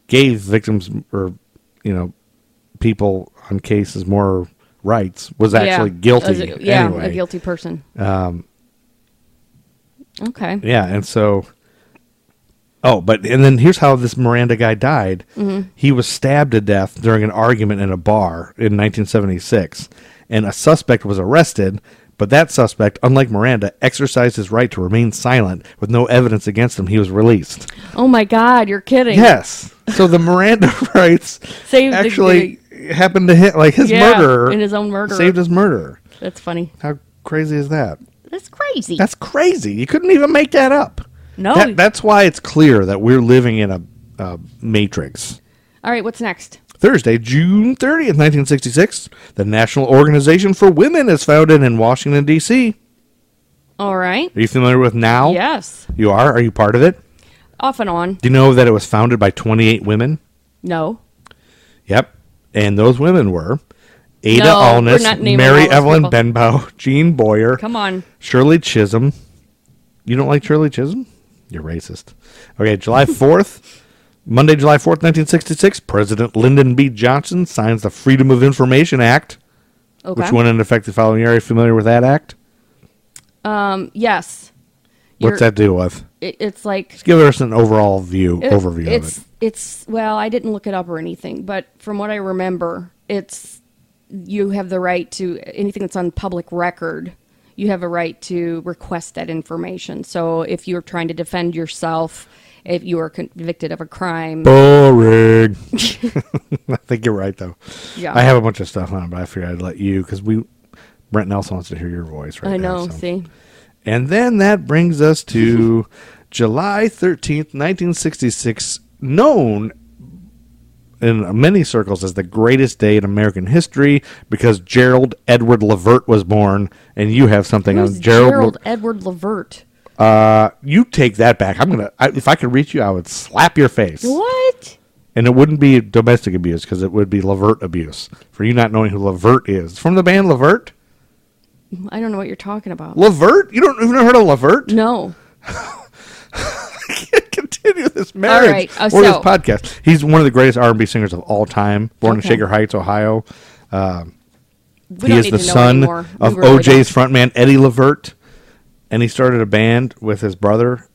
S5: gave victims or you know people on cases more rights was actually
S4: yeah.
S5: guilty.
S4: As a- yeah
S5: anyway.
S4: a guilty person um okay
S5: Yeah, and so Oh, but and then here's how this Miranda guy died.
S4: Mm-hmm.
S5: He was stabbed to death during an argument in a bar in 1976, and a suspect was arrested. But that suspect, unlike Miranda, exercised his right to remain silent with no evidence against him. He was released.
S4: oh my god you're kidding
S5: Yes. So the Miranda rights
S4: Saved the-
S5: actually happened to hit like his
S4: Yeah,
S5: murderer
S4: and his own murderer.
S5: saved his murderer.
S4: that's funny
S5: How crazy is that?
S4: that's crazy
S5: That's crazy. You couldn't even make that up.
S4: No.
S5: That, that's why it's clear that we're living in a, a matrix.
S4: all right what's next
S5: Thursday, June 30th, 1966, the National Organization for Women is founded in Washington, D.C.
S4: all right
S5: Are you familiar with now?
S4: yes
S5: You are? Are you part of it?
S4: off and on
S5: Do you know that it was founded by 28 women?
S4: no
S5: Yep. And those women were Ada
S4: No, we're
S5: Allness,
S4: not naming all
S5: Mary
S4: those
S5: Evelyn
S4: people.
S5: Benbow, Jean Boyer,
S4: come on
S5: Shirley Chisholm. You don't like Shirley Chisholm? You're racist. Okay, July 4th, Monday, July 4th, 1966, President Lyndon B. Johnson signs the Freedom of Information Act,
S4: okay
S5: which went into effect the following year. Are you familiar with that act?
S4: yes
S5: What's
S4: You're-
S5: that do with?
S4: it, it's like
S5: Give us an overall view,
S4: It-
S5: overview
S4: it's,
S5: of it.
S4: It's well, I didn't look it up or anything, but from what I remember, it's you have the right to anything that's on public record. you have a right to request that information. So if you're trying to defend yourself, if you are convicted of a crime,
S5: Boring. I think you're right though.
S4: Yeah.
S5: I have a bunch of stuff on, but I figured I'd let you because we Brent Nelson wants to hear your voice right
S4: I
S5: now,
S4: know.
S5: so.
S4: See,
S5: And then that brings us to July 13th, 1966, known in many circles as the greatest day in American history because Gerald Edward Levert was born, and you have something
S4: who's
S5: on Gerald.
S4: Gerald Edward Levert?
S5: Uh, you take that back. I'm gonna. I, if I could reach you, I would slap your face,
S4: What?
S5: and it wouldn't be domestic abuse because it would be Levert abuse for you not knowing who Levert is from the band Levert.
S4: I don't know what you're talking about.
S5: Levert, you don't you've never heard of Levert?
S4: No.
S5: can't continue this marriage
S4: right, uh,
S5: or this
S4: so-
S5: podcast. He's one of the greatest R and B singers of all time. Born
S4: Okay.
S5: in Shaker Heights, Ohio.
S4: We
S5: he
S4: don't
S5: is
S4: need
S5: the
S4: to know
S5: son
S4: anymore. We
S5: of
S4: really
S5: OJ's frontman Eddie Levert, and he started a band with his brother,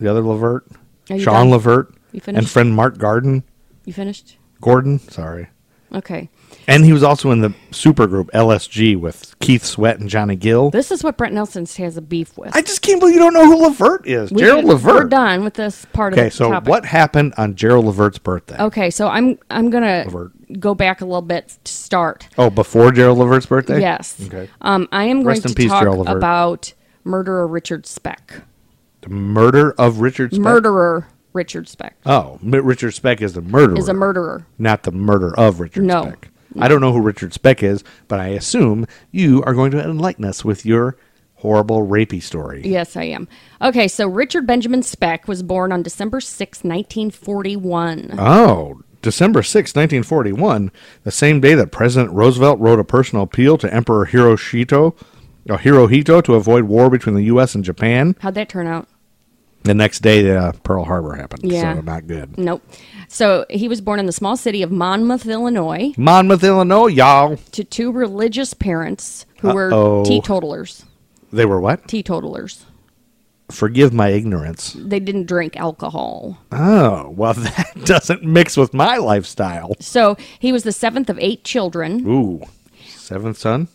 S5: the other Levert,
S4: Are you
S5: Sean
S4: done?
S5: Levert,
S4: You
S5: and
S4: finished?
S5: friend Mark Garden
S4: don't- You finished?
S5: Gordon. Sorry,
S4: Okay.
S5: and he was also in the supergroup LSG with Keith Sweat and Johnny Gill.
S4: This is what Brent Nelson has a beef with.
S5: I just can't believe you don't know who Levert is.
S4: We
S5: Gerald
S4: should-
S5: Levert.
S4: We're done with this part
S5: Okay,
S4: of the
S5: so
S4: topic.
S5: what happened on Gerald Levert's birthday?
S4: Okay, so I'm I'm gonna
S5: Levert.
S4: go back a little bit to start.
S5: Oh, before Gerald Levert's birthday?
S4: Yes.
S5: Okay.
S4: Um, I am going
S5: Rest in
S4: to
S5: peace,
S4: talk
S5: Gerald Levert.
S4: about murderer Richard Speck.
S5: The murder of Richard Speck.
S4: Murderer Richard Speck
S5: Oh, M- Richard Speck is the murderer.
S4: is a murderer.
S5: Not the murder of Richard
S4: No.
S5: Speck. I don't know who Richard Speck is, but I assume you are going to enlighten us with your horrible rapey story.
S4: Yes, I am. Okay, so Richard Benjamin Speck was born on December 6, 1941.
S5: Oh, December 6, 1941, the same day that President Roosevelt wrote a personal appeal to Emperor Hiroshito, uh, Hirohito to avoid war between the U.S. and Japan.
S4: How'd that turn out?
S5: The next day, uh, Pearl Harbor happened.
S4: Yeah.
S5: So not good.
S4: Nope. So he was born in the small city of Monmouth, Illinois,
S5: Monmouth, Illinois, y'all.
S4: to two religious parents who
S5: Uh-oh.
S4: were teetotalers.
S5: They were what?
S4: Teetotalers.
S5: Forgive my ignorance.
S4: They didn't drink alcohol.
S5: Oh, well, that doesn't mix with my lifestyle.
S4: So he was the seventh of eight children,
S5: Ooh. Seventh son?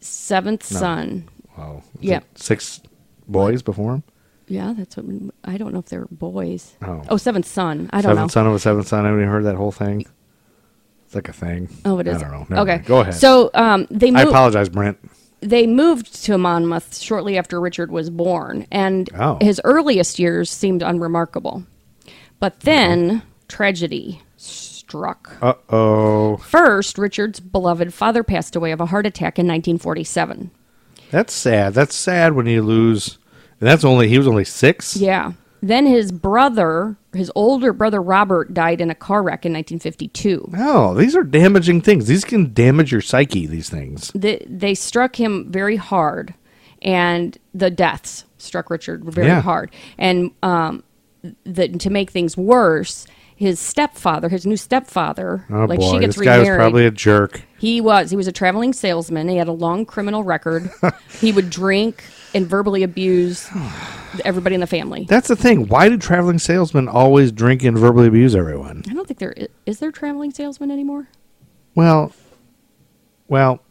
S4: seventh son.
S5: Wow. Is
S4: Yeah.
S5: it Six boys before him?
S4: Yeah, that's what I don't know if they were boys.
S5: Oh.
S4: seventh son. I don't
S5: Seventh
S4: know.
S5: son of a seventh son. Haven't you heard that whole thing? It's like a thing.
S4: Oh, it is.
S5: I don't know. Never
S4: okay,
S5: mind. Go ahead.
S4: So um, they
S5: I
S4: moved.
S5: apologize, Brent.
S4: they moved to Monmouth shortly after Richard was born, and
S5: Oh.
S4: his earliest years seemed unremarkable.
S5: Uh-huh.
S4: But then tragedy struck.
S5: Uh oh.
S4: First, Richard's beloved father passed away of a heart attack in 1947.
S5: That's sad. That's sad when you lose. And that's only, he was only six?
S4: Yeah. Then his brother, his older brother Robert, died in a car wreck in 1952.
S5: Oh, these are damaging things. These can damage your psyche, these things.
S4: They, they struck him very hard, and the deaths struck Richard very
S5: Yeah.
S4: hard. And um, the, to make things worse, his stepfather, his new stepfather,
S5: Oh,
S4: like
S5: boy.
S4: she gets
S5: this guy was
S4: remarried.
S5: probably a jerk.
S4: he was he was a traveling salesman. He had a long criminal record. he would drink and verbally abuse everybody in the family.
S5: That's the thing. Why do traveling salesmen always drink and verbally abuse everyone?
S4: I don't think there is, is there traveling salesman anymore.
S5: Well, well,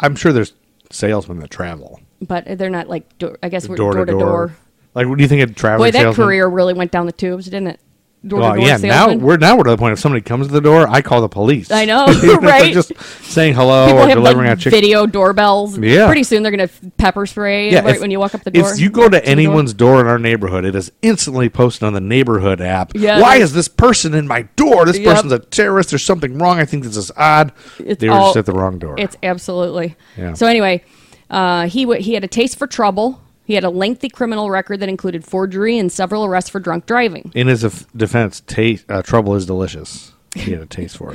S5: I'm sure there's salesmen that travel
S4: but they're not like do- I guess we're
S5: door to door. Like, what do you think of traveling?
S4: Boy, that
S5: salesman?
S4: career really went down the tubes, didn't it? Door
S5: Well, yeah. Now we're now we're to the point. If somebody comes to the door, I call the police.
S4: I know,
S5: Even if they're
S4: right?
S5: Just saying hello
S4: people
S5: or
S4: have
S5: delivering
S4: like
S5: a chicken.
S4: video doorbells.
S5: Yeah.
S4: pretty soon they're gonna f- pepper spray right
S5: if-
S4: when you walk up the door.
S5: If you go to
S4: the
S5: anyone's door in our neighborhood, it is instantly posted on the neighborhood app.
S4: Yeah,
S5: Why
S4: like-
S5: is this person in my door? This
S4: Yep.
S5: person's a terrorist. There's something wrong. I think this is odd.
S4: It's
S5: they were just
S4: all-
S5: at the wrong door.
S4: it's absolutely.
S5: Yeah.
S4: So anyway, uh, he w- he had a taste for trouble. He had a lengthy criminal record that included forgery and several arrests for drunk driving.
S5: in his def- defense, taste uh, trouble is delicious. He had a taste for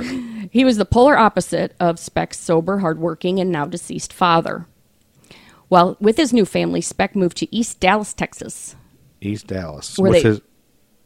S5: it.
S4: He was the polar opposite of Speck's sober, hardworking, and now deceased father. Well, with his new family, Speck moved to East Dallas, Texas.
S5: East Dallas.
S4: Were
S5: with
S4: they-
S5: his,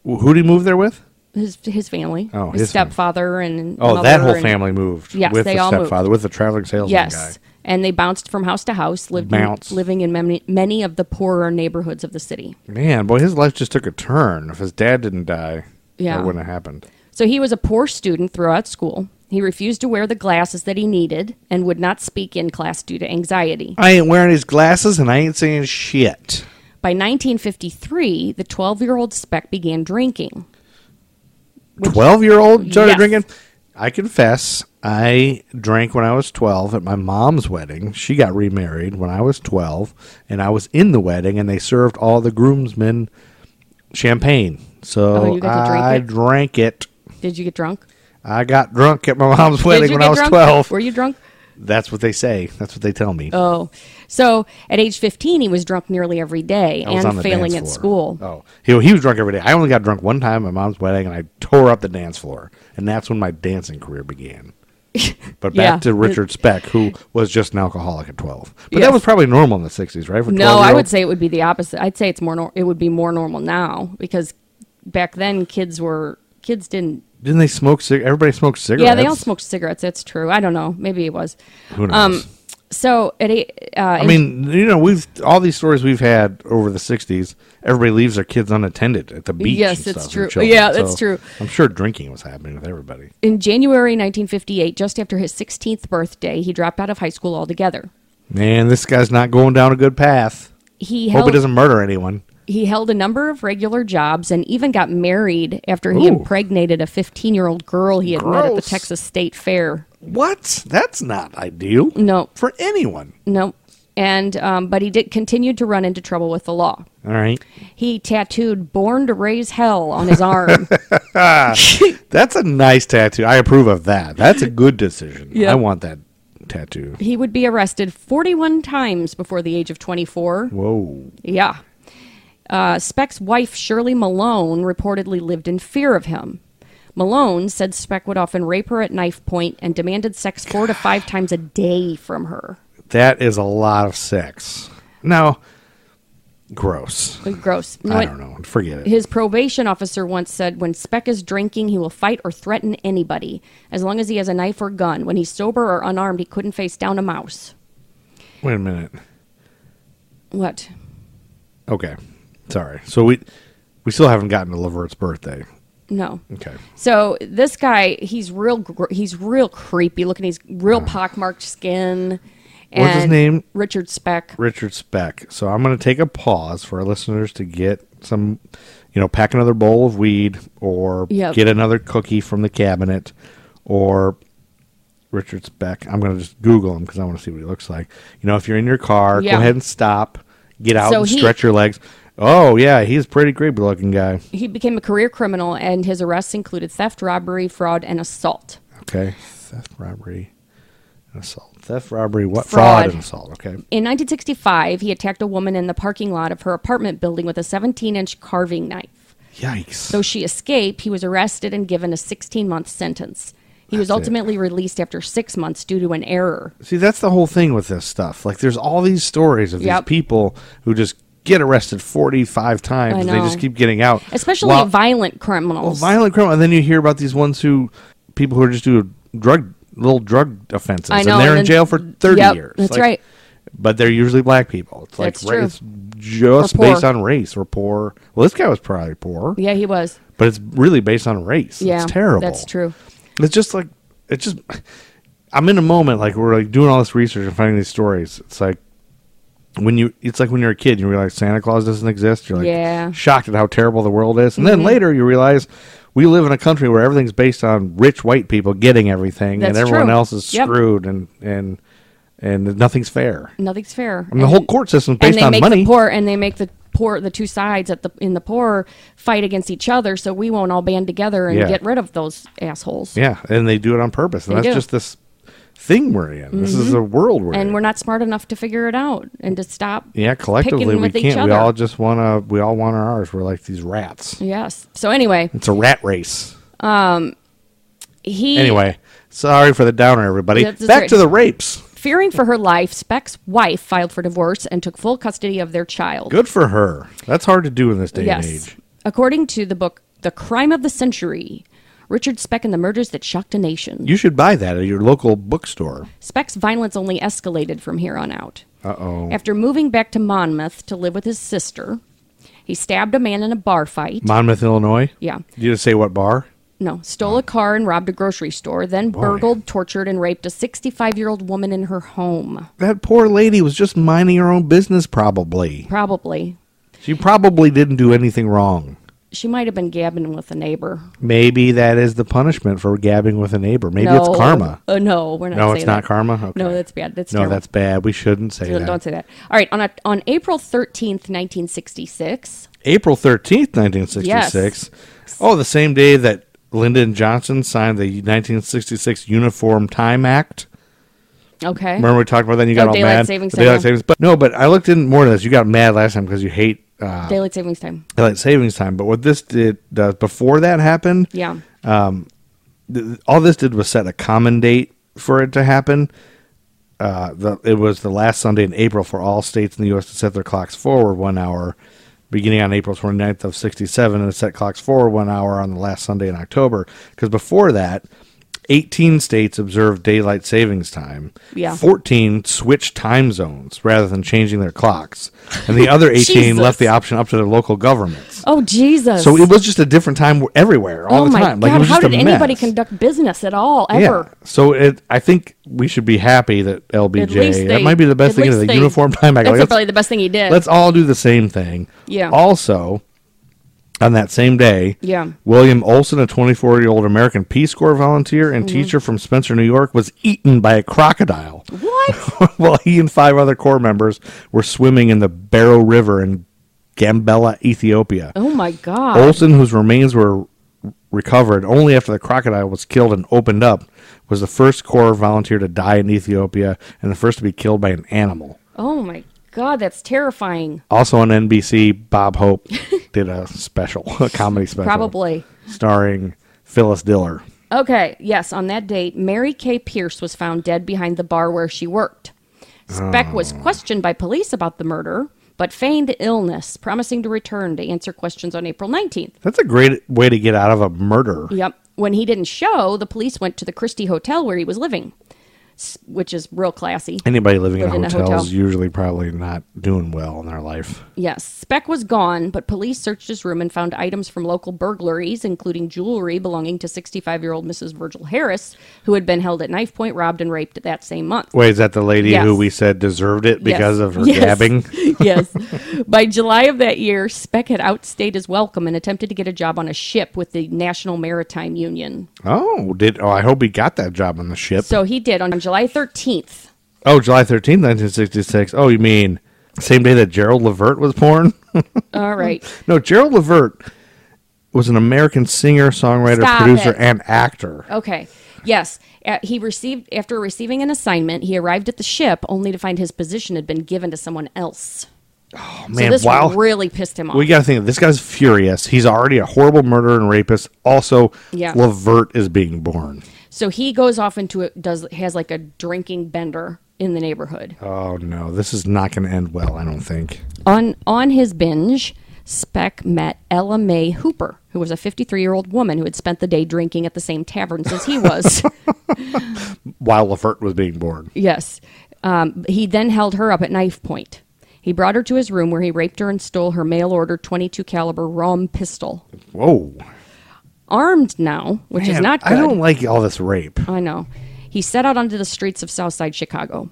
S5: who did he move there with?
S4: his his family.
S5: Oh,
S4: his,
S5: his family.
S4: stepfather and
S5: Oh, that
S4: mother
S5: whole
S4: and-
S5: family moved.
S4: Yes,
S5: with
S4: they
S5: the
S4: all moved.
S5: stepfather, with the traveling salesman
S4: Yes,
S5: guy.
S4: and they bounced from house to house, lived in-
S5: Bounce.
S4: living in many, many of the poorer neighborhoods of the city.
S5: Man, boy, his life just took a turn. If his dad didn't die,
S4: Yeah.
S5: that wouldn't have happened.
S4: So he was a poor student throughout school. He refused to wear the glasses that he needed and would not speak in class due to anxiety.
S5: I ain't wearing his glasses and I ain't saying shit.
S4: By 1953, the 12 year old Speck began drinking.
S5: 12 year old
S4: Yes.
S5: started drinking? I confess, I drank when I was 12 at my mom's wedding. She got remarried when I was 12, and I was in the wedding, and they served all the groomsmen champagne.
S4: Oh,
S5: So
S4: you got to drink
S5: I
S4: it?
S5: drank it.
S4: Did you get drunk?
S5: I got drunk at my mom's
S4: Did
S5: wedding
S4: you
S5: when
S4: get
S5: I was
S4: drunk?
S5: 12.
S4: Were you drunk?
S5: That's what they say. That's what they tell me.
S4: Oh. So at age 15, he was drunk nearly every day
S5: I was on
S4: and
S5: the
S4: failing at
S5: dance floor.
S4: school.
S5: Oh, he, he was drunk every day. I only got drunk one time at my mom's wedding, and I tore up the dance floor, and that's when my dancing career began. But back
S4: Yeah.
S5: to Richard Speck, who was just an alcoholic at twelve.
S4: Yes.
S5: But that was probably normal in the sixties, right? For
S4: No, I
S5: 12-year-olds?
S4: would say it would be the opposite. I'd say it's more. Nor- it would be more normal now because back then kids were kids didn't.
S5: didn't they smoke? Cig- everybody smoked cigarettes.
S4: Yeah, they all smoked Um, cigarettes. That's true. I don't know. Maybe it was.
S5: Who knows?
S4: So at eight, uh,
S5: I mean, you know, we've all these stories we've had over the '60s. Everybody leaves their kids unattended at the beach.
S4: Yes,
S5: and
S4: it's
S5: stuff, and
S4: true.
S5: children.
S4: Yeah, that's true.
S5: I'm sure drinking was happening with everybody.
S4: in January 1958, just after his 16th birthday, he dropped out of high school altogether.
S5: Man, this guy's not going down a good path.
S4: He
S5: Hope
S4: held,
S5: he doesn't murder anyone.
S4: he held a number of regular jobs and even got married after he
S5: Ooh.
S4: impregnated a 15 year old girl he had met at the
S5: Gross.
S4: Texas State Fair.
S5: What? That's not ideal.
S4: No.
S5: For anyone.
S4: No. And um, but he did continued to run into trouble with the law.
S5: All right.
S4: He tattooed "Born to Raise Hell" on his arm.
S5: That's a nice tattoo. I approve of that. That's a good decision.
S4: Yeah.
S5: I want that tattoo.
S4: he would be arrested 41 times before the age of 24.
S5: Whoa.
S4: Yeah. Uh, Speck's wife, Shirley Malone, reportedly lived in fear of him. Malone said Speck would often rape her at knife point and demanded sex four to five times a day from her.
S5: That is a lot of sex. No. Gross.
S4: Gross. You know
S5: I
S4: what?
S5: don't know. Forget it.
S4: His probation officer once said, When Speck is drinking, he will fight or threaten anybody, as long as he has a knife or gun. When he's sober or unarmed, he couldn't face down a mouse.
S5: Wait a minute.
S4: What?
S5: Okay. Sorry. So we we still haven't gotten to Levert's birthday.
S4: No.
S5: Okay.
S4: So this guy, he's real, gr- he's real creepy looking. He's real pockmarked skin. And
S5: What's Mm. his name?
S4: Richard Speck.
S5: Richard Speck. So I'm going to take a pause for our listeners to get some, you know, pack another bowl of weed or
S4: Yep.
S5: get another cookie from the cabinet or Richard Speck. I'm going to just Google him because I want to see what he looks like. You know, if you're in your car,
S4: Yeah.
S5: go ahead and stop, get out
S4: So
S5: and
S4: he-
S5: stretch your legs. Oh, yeah, he's a pretty creepy looking guy.
S4: He became a career criminal, and his arrests included theft, robbery, fraud, and assault.
S5: Okay. Theft, robbery, and assault. Theft, robbery, what? Fraud,
S4: Fraud.
S5: and assault. Okay.
S4: In 1965, he attacked a woman in the parking lot of her apartment building with a 17 inch carving knife.
S5: Yikes.
S4: Though she escaped, he was arrested and given a 16 month sentence. He was
S5: That's it.
S4: ultimately released after six months due to an error.
S5: See, that's the whole thing with this stuff. Like, there's all these stories of
S4: Yep.
S5: these people who just get arrested 45
S4: I
S5: times and they
S4: know.
S5: just keep getting out.
S4: Especially
S5: While-
S4: violent
S5: well,
S4: criminals.
S5: violent criminal. And then you hear about these ones who, people who are just doing drug, little drug offenses.
S4: I know,
S5: And
S4: and
S5: they're in
S4: then-
S5: jail for 30
S4: Yep,
S5: years.
S4: that's
S5: Like,
S4: right.
S5: But they're usually black people. It's like,
S4: That's
S5: ra-
S4: true.
S5: it's just
S4: Or poor.
S5: based on race or poor. Well, this guy was probably poor,
S4: Yeah, he was.
S5: but it's really based on race.
S4: Yeah,
S5: it's terrible.
S4: That's true.
S5: It's just like it's just. I'm in a moment like we're like doing all this research and finding these stories. It's like when you, it's like when you're a kid, and you realize Santa Claus doesn't exist. You're like
S4: Yeah. Mm-hmm.
S5: shocked at how terrible the world is, and then later you realize we live in a country where everything's based on rich white people getting everything,
S4: That's
S5: and everyone
S4: true.
S5: else is
S4: Yep.
S5: screwed, and and and nothing's fair.
S4: Nothing's fair.
S5: And the whole court system's based
S4: and they
S5: on
S4: make
S5: money.
S4: The poor and they make the poor the two sides at the in the poor fight against each other, so we won't all band together and
S5: Yeah.
S4: get rid of those assholes.
S5: Yeah, and they do it on purpose,
S4: They
S5: and that's
S4: do. Mm-hmm.
S5: just this thing we're in. This is the world we're in.
S4: And we're not smart enough to figure it out and to stop.
S5: Yeah,
S4: picking
S5: collectively we
S4: with each
S5: can't. We
S4: other.
S5: all just want to. We all want our ours. We're like these rats.
S4: yes. So anyway,
S5: It's a rat race.
S4: he
S5: Anyway, sorry for the downer, everybody.
S4: That's- that's
S5: Back
S4: right.
S5: to the rapes.
S4: fearing for her life, Speck's wife filed for divorce and took full custody of their child.
S5: Good for her. That's hard to do in this day
S4: yes.
S5: and age.
S4: According to the book The Crime of the Century, Richard Speck and the Murders That Shocked a Nation.
S5: You should buy that at your local bookstore.
S4: Speck's violence only escalated from here on out.
S5: Uh oh.
S4: After moving back to Monmouth to live with his sister, he stabbed a man in a bar fight.
S5: Monmouth, Illinois.
S4: Yeah.
S5: Did you just say what bar?
S4: No, stole a car and robbed a grocery store, then burgled, tortured, and raped a 65 year old woman in her home.
S5: That poor lady was just minding her own business, probably.
S4: Probably.
S5: She probably didn't do anything wrong.
S4: She might have been gabbing with a neighbor.
S5: Maybe that is the punishment for gabbing with a neighbor. Maybe
S4: No.
S5: it's karma.
S4: Uh, no, we're not
S5: No,
S4: saying
S5: it's not
S4: that.
S5: karma? Okay.
S4: No, that's bad. That's
S5: no,
S4: terrible.
S5: that's bad. We shouldn't say
S4: No,
S5: that.
S4: Don't say that. All right, on, a, on April 13th, 1966,
S5: April 13th, 1966. Oh, the same day that Lyndon Johnson signed the 1966 Uniform Time Act.
S4: okay.
S5: Remember we talked about that? And you
S4: Oh,
S5: got all
S4: daylight
S5: mad.
S4: savings
S5: The
S4: time,
S5: daylight
S4: yeah.
S5: savings. But no, but I looked in more to this. You got mad last time because you hate uh,
S4: Daylight savings time.
S5: daylight savings time. But what this did does before that happened,
S4: Yeah.
S5: th- all this did was set a common date for it to happen. Uh, the, it was the last Sunday in April for all states in the U.S. to set their clocks forward one hour, beginning on April 29th of 67, and to set clocks forward one hour on the last Sunday in October. Because before that, 18 states observed daylight savings time.
S4: Yeah.
S5: 14 switched time zones rather than changing their clocks. And the other 18
S4: Jesus.
S5: left the option up to their local governments.
S4: Oh, Jesus.
S5: So it was just a different time everywhere, all
S4: oh,
S5: the
S4: my
S5: time.
S4: God.
S5: Like, it was
S4: How
S5: just a
S4: did anybody
S5: mess.
S4: conduct business at all, ever?
S5: Yeah. So it, I think we should be happy that
S4: At least
S5: LBJ.
S4: they-
S5: that might be the best
S4: at
S5: thing.
S4: least
S5: The
S4: they-
S5: uniform time back.
S4: That's
S5: Like,
S4: probably
S5: let's,
S4: the best thing he did.
S5: let's all do the same thing.
S4: Yeah.
S5: Also, on that same day,
S4: Yeah.
S5: William Olson, a 24 year old American Peace Corps volunteer
S4: Mm-hmm.
S5: and teacher from Spencer, New York, was eaten by a crocodile
S4: what?
S5: while he and five other Corps members were swimming in the Barrow River in Gambella, Ethiopia.
S4: Oh, my God.
S5: Olson, whose remains were recovered only after the crocodile was killed and opened up, was the first Corps volunteer to die in Ethiopia and the first to be killed by an animal.
S4: Oh, my God. That's terrifying.
S5: Also on NBC, Bob Hope did a special, a comedy special,
S4: Probably.
S5: starring Phyllis Diller.
S4: Okay, yes, on that date, Mary Kay Pierce was found dead behind the bar where she worked. Speck was questioned by police about the murder, but feigned illness, promising to return to answer questions on April 19th.
S5: That's a great way to get out of a murder.
S4: Yep. When he didn't show, the police went to the Christie Hotel where he was living, s- which is real classy.
S5: Anybody living in
S4: Live in a
S5: hotels hotel
S4: hotel.
S5: is usually probably not doing well in their life.
S4: Yes, Speck was gone, but police searched his room and found items from local burglaries, including jewelry belonging to 65 year old Mrs. Virgil Harris, who had been held at knife point, robbed, and raped that same month.
S5: Wait, is that the lady
S4: Yes.
S5: who we said deserved it because
S4: Yes.
S5: of her
S4: Yes.
S5: gabbing?
S4: yes. By July of that year, Speck had outstayed his welcome and attempted to get a job on a ship with the National Maritime Union.
S5: Oh, did oh I hope he got that job on the ship.
S4: So he did on July 13th.
S5: Oh, July 13th, 1966. Oh, you mean same day that Gerald Levert was born?
S4: All
S5: Hmm.
S4: right.
S5: no, Gerald Levert was an American singer, songwriter,
S4: Stop
S5: producer,
S4: it.
S5: and actor.
S4: Okay. Yes. Uh, he received, after receiving an assignment, he arrived at the ship only to find his position had been given to someone else.
S5: Oh,
S4: so
S5: man,
S4: this
S5: wow.
S4: really pissed him off.
S5: we got to think this guy's furious. He's already a horrible murderer and rapist. Also,
S4: Yeah.
S5: Levert is being born.
S4: so he goes off into it, does, has like a drinking bender in the neighborhood.
S5: Oh, no. This is not going to end well, I don't think.
S4: On on his binge, Speck met Ella Mae Hooper, who was a 53 year old woman who had spent the day drinking at the same taverns as he was.
S5: While Levert was being born.
S4: yes, um, he then held her up at knife point. He brought her to his room where he raped her and stole her mail order 22 caliber ROM pistol.
S5: Whoa.
S4: Armed now, which is
S5: Man,
S4: not good.
S5: I don't like all this rape.
S4: I know. He set out onto the streets of Southside Chicago.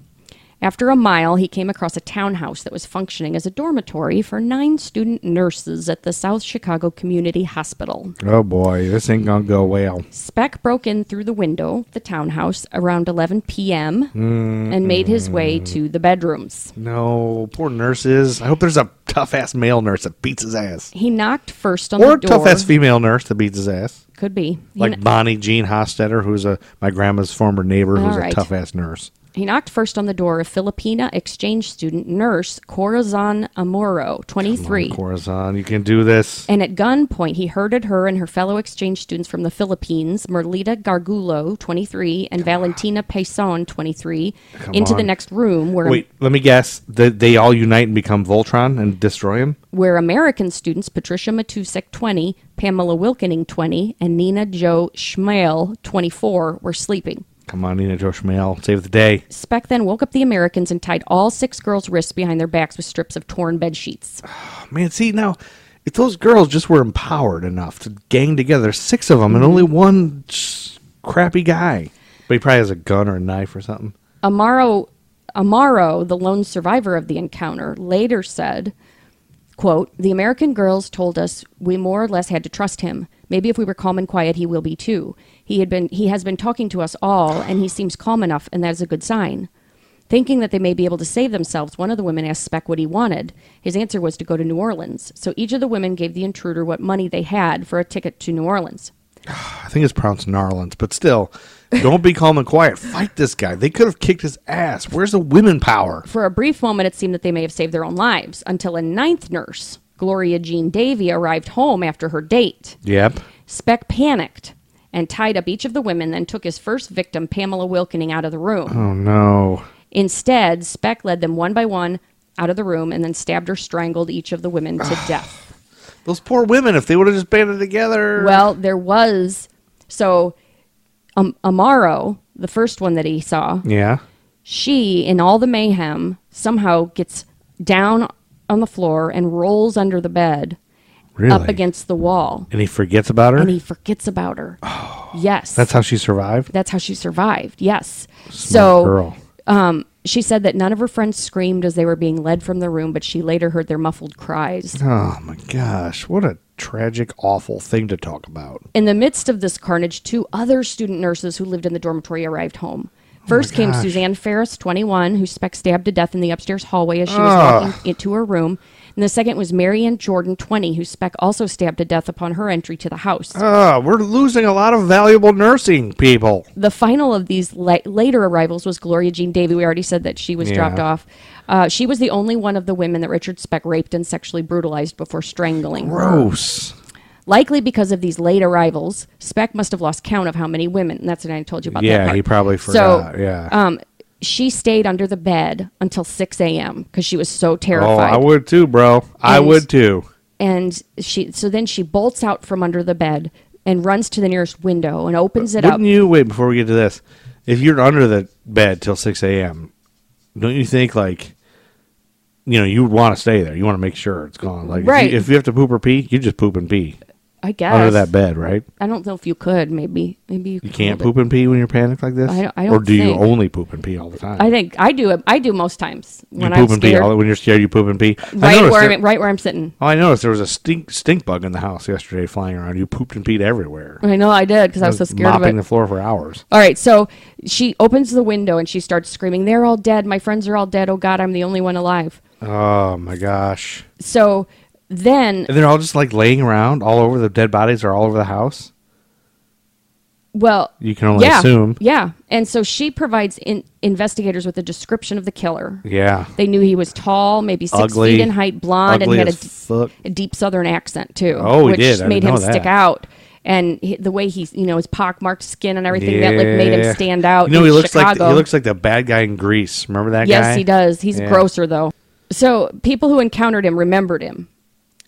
S4: After a mile, he came across a townhouse that was functioning as a dormitory for nine student nurses at the South Chicago Community Hospital.
S5: Oh, boy. This ain't going to go well.
S4: Speck broke in through the window, of the townhouse, around 11 p.m. and made his
S5: Mm-hmm.
S4: way to the bedrooms.
S5: No, poor nurses. I hope there's a tough ass male nurse that beats his ass,
S4: He knocked first on the
S5: or a
S4: door.
S5: tough ass female nurse that beats his ass,
S4: Could be. He
S5: like Bonnie Jean Hostetter, who's a my grandma's former neighbor, who's
S4: All right.
S5: a tough ass nurse.
S4: He knocked first on the door of Filipina exchange student nurse Corazon Amoro, 23.
S5: Corazon, you can do this.
S4: And at gunpoint, he herded her and her fellow exchange students from the Philippines, Merlita Gargulo, 23, and Valentina Paison, 23, into the
S5: on.
S4: next room where,
S5: Wait, let me guess. They, they all unite and become Voltron and destroy him.
S4: where American students Patricia Matusek, 20, Pamela Wilkening, 20, and Nina Jo Schmael, 24, were sleeping.
S5: Come on, Nina Joe Schmale, save the day.
S4: Speck then woke up the Americans and tied all six girls' wrists behind their backs with strips of torn bed sheets.
S5: Oh, Man, see now, if those girls just were empowered enough to gang together, six of them,
S4: Mm-hmm.
S5: and only one s- crappy guy, but he probably has a gun or a knife or something.
S4: Amaro, Amaro, the lone survivor of the encounter, later said, quote, The American girls told us we more or less had to trust him. Maybe if we were calm and quiet, he will be too. He had been he has been talking to us all, and he seems calm enough, and that is a good sign. Thinking that they may be able to save themselves, one of the women asked Speck what he wanted. His answer was to go to New Orleans. So each of the women gave the intruder what money they had for a ticket to New Orleans.
S5: I think it's pronounced Narlands, but still, don't be calm and quiet. Fight this guy. They could have kicked his ass. Where's the women power?
S4: For a brief moment, it seemed that they may have saved their own lives until a ninth nurse, Gloria Jean Davy, arrived home after her date.
S5: Yep.
S4: Speck panicked and tied up each of the women, then took his first victim, Pamela Wilkening, out of the room.
S5: Oh no.
S4: Instead, Speck led them one by one out of the room and then stabbed or strangled each of the women to death.
S5: Those poor women. If they would have just banded together.
S4: Well, there was. So, um, Amaro, the first one that he saw,
S5: Yeah.
S4: she, in all the mayhem, somehow gets down on the floor and rolls under the bed
S5: Really.
S4: up against the wall.
S5: And he forgets about her.
S4: And he forgets about her. Yes.
S5: Oh. That's how she survived.
S4: That's how she survived. Yes.
S5: Smart
S4: so
S5: girl.
S4: she said that none of her friends screamed as they were being led from the room, but she later heard their muffled cries.
S5: Oh my gosh, what a tragic, awful thing to talk about.
S4: In the midst of this carnage, two other student nurses who lived in the dormitory arrived home. First came
S5: Oh gosh.
S4: Suzanne Ferris, 21, who Speck stabbed to death in the upstairs hallway as she was
S5: Ah.
S4: walking into her room. And the second was Marion Jordan, 20, who Speck also stabbed to death upon her entry to the house.
S5: Ah, we're losing a lot of valuable nursing people.
S4: the final of these la- later arrivals was Gloria Jean Davy. We already said that she was
S5: Yeah.
S4: dropped off. Uh, she was the only one of the women that Richard Speck raped and sexually brutalized before strangling. her.
S5: Gross.
S4: Likely because of these late arrivals, Speck must have lost count of how many women. And that's what I told you about. that
S5: Yeah,
S4: part.
S5: he probably
S4: So,
S5: forgot. yeah.
S4: Um, she stayed under the bed until 6 a.m. because she was so
S5: oh,
S4: terrified.
S5: I would too, bro. I
S4: And-
S5: would too.
S4: And she, so then she bolts out from under the bed and runs to the nearest window and opens it up.
S5: Wouldn't you wait before we get to this? If you're under the bed till six a.m., don't you think like, you know, you would want to stay there? You want to make sure it's gone. Like, if you-
S4: Right.
S5: If you, have to poop or pee, you just poop and pee
S4: I guess
S5: under that bed, right?
S4: I don't know if you could. Maybe, maybe you,
S5: You
S4: could
S5: can't
S4: hold
S5: poop and pee when you're panicked like this,
S4: I don't- I
S5: or
S4: don't
S5: do you
S4: think-
S5: only poop and pee all the time?
S4: it. I think I do. it- I do most times
S5: You
S4: when I'm
S5: poop and pee
S4: scared.
S5: all when you're scared. You poop and pee. I
S4: right
S5: noticed
S4: where
S5: there-
S4: I'm, right where I'm sitting.
S5: Oh, I noticed there was a stink stink bug in the house yesterday flying around. You pooped and peed everywhere.
S4: I know I did because I was so scared of
S5: mopping
S4: it.
S5: the floor for hours.
S4: all right, so she opens the window and she starts screaming, "They're all dead. My friends are all dead. Oh God, I'm the only one alive."
S5: Oh my gosh!
S4: So then,
S5: And they're all just like laying around all over. The dead bodies are all over the house.
S4: well,
S5: You can only
S4: yeah,
S5: assume.
S4: yeah. And so she provides in, investigators with a description of the killer.
S5: Yeah,
S4: They knew he was tall, maybe six
S5: Ugly.
S4: feet in height, blonde,
S5: ugly
S4: and he
S5: as
S4: had a,
S5: fuck.
S4: a deep Southern accent too.
S5: Oh, he
S4: which
S5: did. I
S4: made
S5: didn't
S4: him
S5: know that.
S4: stick out, and he, the way he, you know, his pockmarked skin and everything that like made
S5: Yeah.
S4: him stand out.
S5: You know,
S4: in
S5: he looks
S4: Chicago.
S5: like he looks like the bad guy in Greece. Remember that guy?
S4: Yes, he does. He's
S5: Yeah.
S4: grosser though. So people who encountered him remembered him,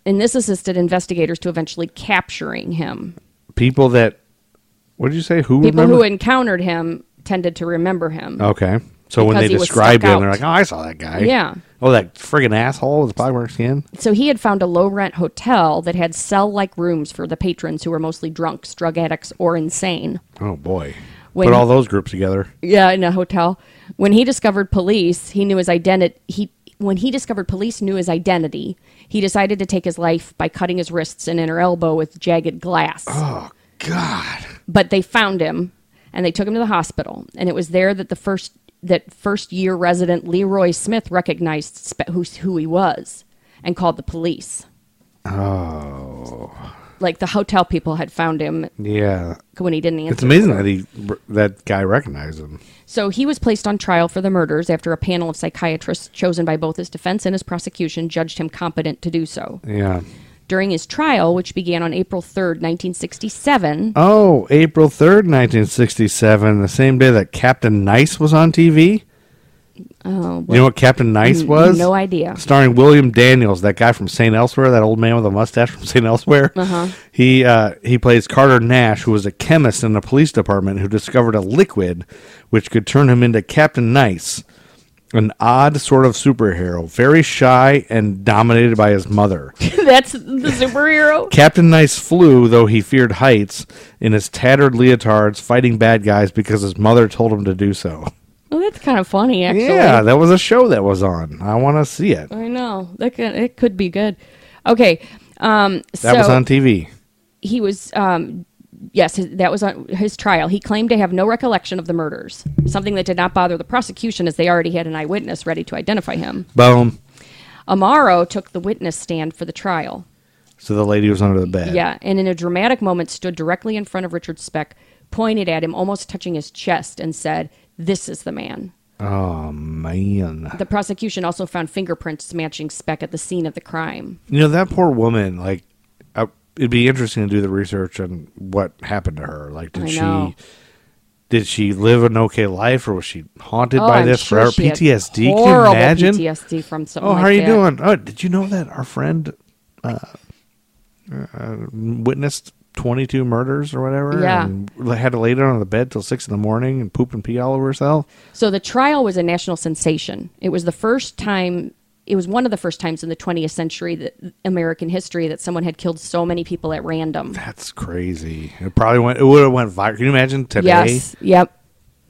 S4: and this assisted investigators to eventually capturing him.
S5: People that. What did you say? Who
S4: People
S5: remember? Oh,
S4: who encountered him tended to remember him.
S5: okay, so when
S4: Because he
S5: they
S4: was
S5: described
S4: stuck
S5: him, they're
S4: out.
S5: like, "Oh, I saw that guy."
S4: Yeah.
S5: Oh, that friggin' asshole with the pockmarked skin.
S4: So he had found a low rent hotel that had cell like rooms for the patrons who were mostly drunks, drug addicts, or insane.
S5: Oh boy.
S4: When-
S5: Put all those groups together.
S4: Yeah, in a hotel. When he discovered police, he knew his identity. He when he discovered police knew his identity. He decided to take his life by cutting his wrists and inner elbow with jagged glass.
S5: God.
S4: But they found him and they took him to the hospital. And it was there that the first that first year resident Leroy Smith recognized spe- who who he was and called the police. Oh. Like the hotel people had found him
S5: Yeah.
S4: when he didn't answer.
S5: It's amazing that he that guy recognized him.
S4: So he was placed on trial for the murders after a panel of psychiatrists chosen by both his defense and his prosecution judged him competent to do so.
S5: Yeah.
S4: During his trial, which began on April 3rd, 1967,
S5: Oh, April 3rd, 1967, the same day that Captain Nice was on TV. Oh, you know what Captain Nice was?
S4: no idea.
S5: Starring William Daniels, that guy from St. Elsewhere, that old man with a mustache from St. Elsewhere. Uh-huh. He uh, he plays Carter Nash, who was a chemist in the police department who discovered a liquid which could turn him into Captain Nice. an odd sort of superhero, very shy and dominated by his mother.
S4: That's the superhero.
S5: Captain Nice flew, though he feared heights, in his tattered leotards, fighting bad guys because his mother told him to do so.
S4: well, that's kind of funny, actually.
S5: Yeah, that was a show that was on. I want to see it. That
S4: I know that could, it could be good. Okay, um, so
S5: was on TV.
S4: he was um, yes his, that was on his trial he claimed to have no recollection of the murders something that did not bother the prosecution as they already had an eyewitness ready to identify him
S5: Boom.
S4: amaro took the witness stand for the trial
S5: So the lady was under the bed.
S4: yeah and in a dramatic moment stood directly in front of richard speck pointed at him almost touching his chest and said this is the man
S5: Oh, man.
S4: the prosecution also found fingerprints matching speck at the scene of the crime
S5: You know, that poor woman, like, I, it'd be interesting to do the research on what happened to her. Like, did
S4: I
S5: she.
S4: know.
S5: Did she live an okay life, or was she haunted
S4: oh,
S5: by
S4: I'm
S5: this
S4: sure
S5: forever?
S4: she had
S5: PTSD? Can you
S4: horrible
S5: imagine?
S4: PTSD from something
S5: Oh,
S4: like
S5: how are you
S4: that.
S5: doing? Oh, did you know that our friend uh, uh, witnessed 22 murders or whatever?
S4: Yeah.
S5: And l- had to lay down on the bed till 6 in the morning and poop and pee all over herself?
S4: So the trial was a national sensation. It was the first time. It was one of the first times in the 20th century that American history that someone had killed so many people at random.
S5: That's crazy. It probably went, it would have went viral. Can you imagine today?
S4: Yes. Yep.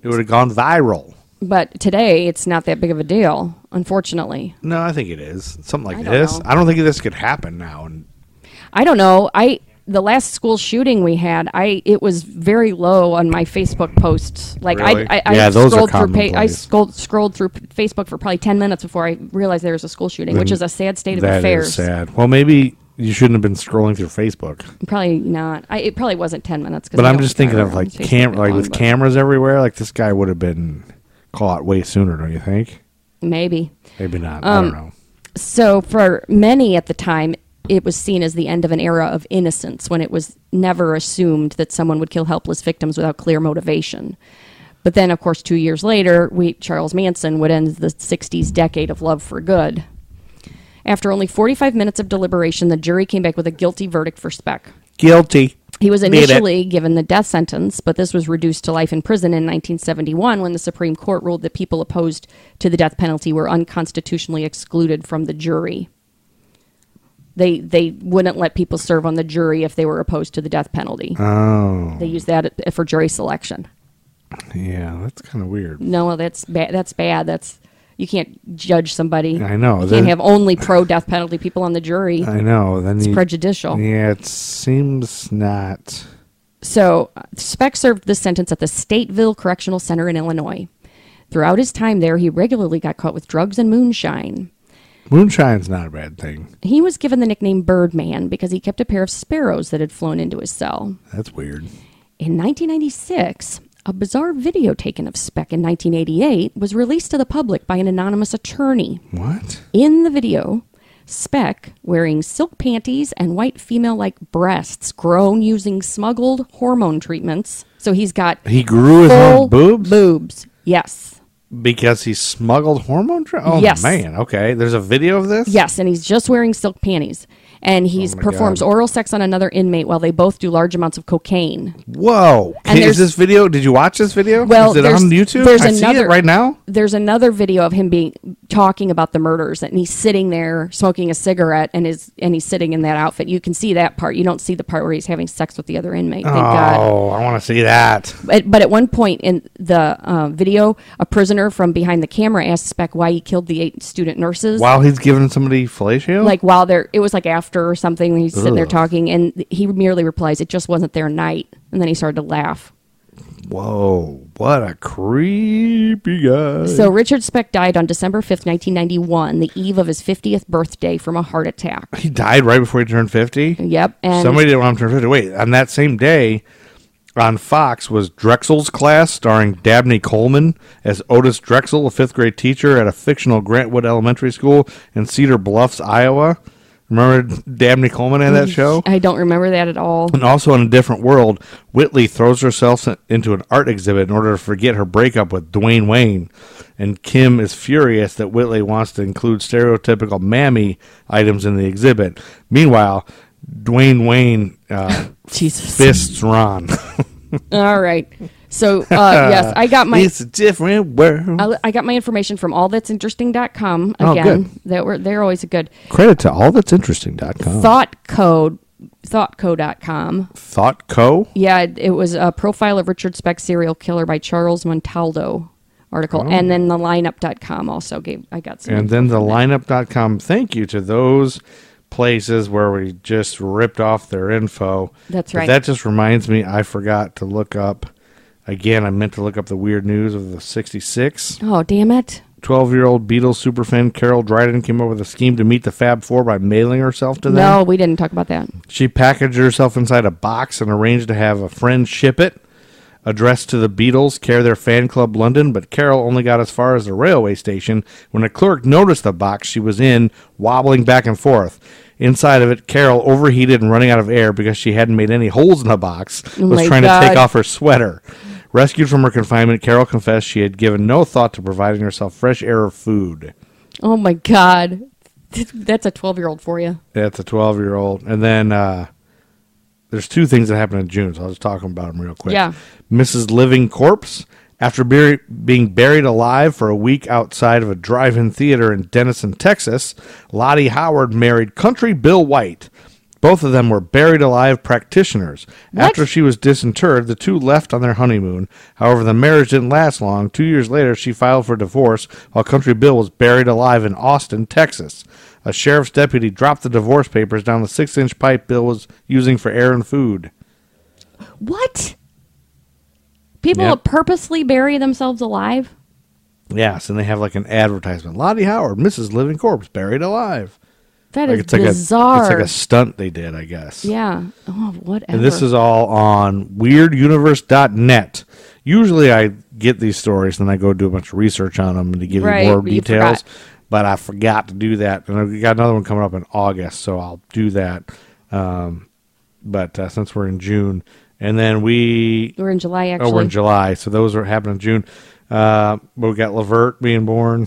S5: It would have gone viral.
S4: But today it's not that big of a deal, unfortunately.
S5: No, I think it is. Something like
S4: I don't
S5: this.
S4: know.
S5: I don't think this could happen now. And
S4: I don't know. I the last school shooting we had, I it was very low on my Facebook posts. Like
S5: Really?
S4: I, I, I
S5: Yeah, those are
S4: scrolled through I
S5: commonplace.
S4: scrolled scrolled through Facebook for probably 10 minutes before I realized there was a school shooting, which is a sad state of
S5: that
S4: affairs.
S5: is sad. Well, maybe you shouldn't have been scrolling through Facebook.
S4: Probably not. I, it probably wasn't ten minutes. 'cause
S5: But
S4: I
S5: I'm
S4: don't
S5: just thinking
S4: remember
S5: of
S4: on
S5: like
S4: Facebook
S5: cam-
S4: that
S5: like
S4: long,
S5: with
S4: but
S5: cameras everywhere. Like this guy would have been caught way sooner, don't you think?
S4: Maybe.
S5: Maybe not. I
S4: Um,
S5: don't know.
S4: So for many at the time, it was seen as the end of an era of innocence when it was never assumed that someone would kill helpless victims without clear motivation. But then, of course, two years later, we Charles Manson would end the '60s decade of love for good. After only 45 minutes of deliberation, the jury came back with a guilty verdict for Speck.
S5: Guilty.
S4: He was
S5: Beat it.
S4: initially given the death sentence, but this was reduced to life in prison in 1971 when the Supreme Court ruled that people opposed to the death penalty were unconstitutionally excluded from the jury. They they wouldn't let people serve on the jury if they were opposed to the death penalty.
S5: Oh,
S4: They used that for jury selection.
S5: yeah, that's kind of weird.
S4: No, that's bad. That's bad. That's you can't judge somebody.
S5: I know.
S4: You
S5: That-
S4: can't have only pro death penalty people on the jury.
S5: I know. Then it's
S4: prejudicial.
S5: Yeah, it seems not.
S4: So uh, Speck served this sentence at the Stateville Correctional Center in Illinois. Throughout his time there, he regularly got caught with drugs and moonshine.
S5: Moonshine's not a bad thing.
S4: He was given the nickname Birdman because he kept a pair of sparrows that had flown into his cell.
S5: That's weird.
S4: In 1996, a bizarre video taken of Speck in 1988 was released to the public by an anonymous attorney.
S5: What?
S4: In the video, Speck, wearing silk panties and white female like breasts grown using smuggled hormone treatments. So he's got
S5: He grew his
S4: full
S5: own boobs
S4: Boobs. Yes.
S5: because he smuggled hormone. Dr- oh
S4: Yes.
S5: man. Okay. There's a video of this.
S4: Yes, and he's just wearing silk panties. And he performs
S5: Oh God.
S4: oral sex on another inmate while they both do large amounts of cocaine.
S5: Whoa.
S4: And
S5: Can, is
S4: there's-
S5: this video? Did you watch this video?
S4: Well,
S5: is it
S4: there's-
S5: on YouTube?
S4: there's
S5: I see it
S4: another-
S5: right now.
S4: There's another video of him being talking about the murders, and he's sitting there smoking a cigarette, and is and he's sitting in that outfit. You can see that part. You don't see the part where he's having sex with the other inmate. Thank God.
S5: Oh, I want to see that.
S4: But, but at one point in the uh, video, a prisoner from behind the camera asked Speck why he killed the eight student nurses.
S5: While he's giving somebody fellatio.
S4: like while they're it was like after or something he's sitting there
S5: Ugh.
S4: talking and he merely replies it just wasn't their night and then he started to laugh
S5: whoa, what a creepy guy.
S4: so richard speck died on december 5th 1991 the eve of his 50th birthday from a heart attack
S5: he died right before he turned fifty.
S4: yep and
S5: Somebody didn't want him to turn 50. Wait, on that same day on Fox was Drexel's Class, starring Dabney Coleman as Otis Drexel, a fifth grade teacher at a fictional Grantwood Elementary School in Cedar Bluffs, Iowa. Remember Dabney Coleman in that show?
S4: i don't remember that at all
S5: And also in a different world, Whitley throws herself into an art exhibit in order to forget her breakup with Dwayne Wayne. And Kim is furious that Whitley wants to include stereotypical mammy items in the exhibit. Meanwhile, Dwayne Wayne uh,
S4: jesus
S5: fists Ron.
S4: all right So uh, yes, I got my
S5: it's a different world.
S4: I, I got my information from allthat'sinteresting.com
S5: Oh,
S4: again.
S5: good.
S4: that were they're always a good
S5: Credit to all that's interesting.com.
S4: thought code thoughtco.com.
S5: Thought Co.
S4: Yeah, it, it was a profile of Richard Speck serial killer by Charles Montaldo article and then the lineup.com also gave I got some
S5: Oh. And then the lineup.com. Thank you to those places where we just ripped off their info.
S4: That's
S5: But
S4: right.
S5: that just reminds me, I forgot to look up. Again, I meant to look up the weird news of the 66.
S4: Oh, damn it.
S5: 12 year old Beatles superfan Carol Dryden came up with a scheme to meet the Fab Four by mailing herself to them.
S4: No, we didn't talk about that.
S5: She packaged herself inside a box and arranged to have a friend ship it, addressed to the Beatles, care their fan club London, but Carol only got as far as the railway station when a clerk noticed the box she was in wobbling back and forth. Inside of it, Carol overheated and running out of air because she hadn't made any holes in the box, was
S4: Oh my
S5: trying to take
S4: God.
S5: off her sweater. Rescued from her confinement, Carol confessed she had given no thought to providing herself fresh air or food.
S4: Oh my god. That's a 12-year-old for you.
S5: That's a 12 year old. And then uh, there's two things that happened in June, so I'll just talk about them real quick.
S4: Yeah.
S5: Mrs. Living Corpse, after bur- being buried alive for a week outside of a drive in theater in Denison, Texas, Lottie Howard married Country Bill White. Both of them were buried alive practitioners. After she was disinterred, the two left on their honeymoon. However, the marriage didn't last long. Two years later, she filed for divorce while Country Bill was buried alive in Austin, Texas. A sheriff's deputy dropped the divorce papers down the six inch pipe Bill was using for air and food.
S4: What? People
S5: Yep.
S4: purposely bury themselves alive?
S5: Yes, and they have like an advertisement. Lottie Howard, Mrs. Living Corpse, buried alive.
S4: That is
S5: Like it's like
S4: bizarre.
S5: a it's like a stunt they did, I guess.
S4: yeah. Oh, whatever.
S5: And this is all on weirduniverse.net. Usually I get these stories and I go do a bunch of research on them and to give
S4: Right,
S5: you more
S4: but you
S5: details.
S4: forgot.
S5: But I forgot to do that. And I've got another one coming up in August, so I'll do that. Um, but uh, since we're in June, and then we
S4: we're in July actually.
S5: Oh, we're in July, so those are happening in June. Uh, but we got Lavert being born,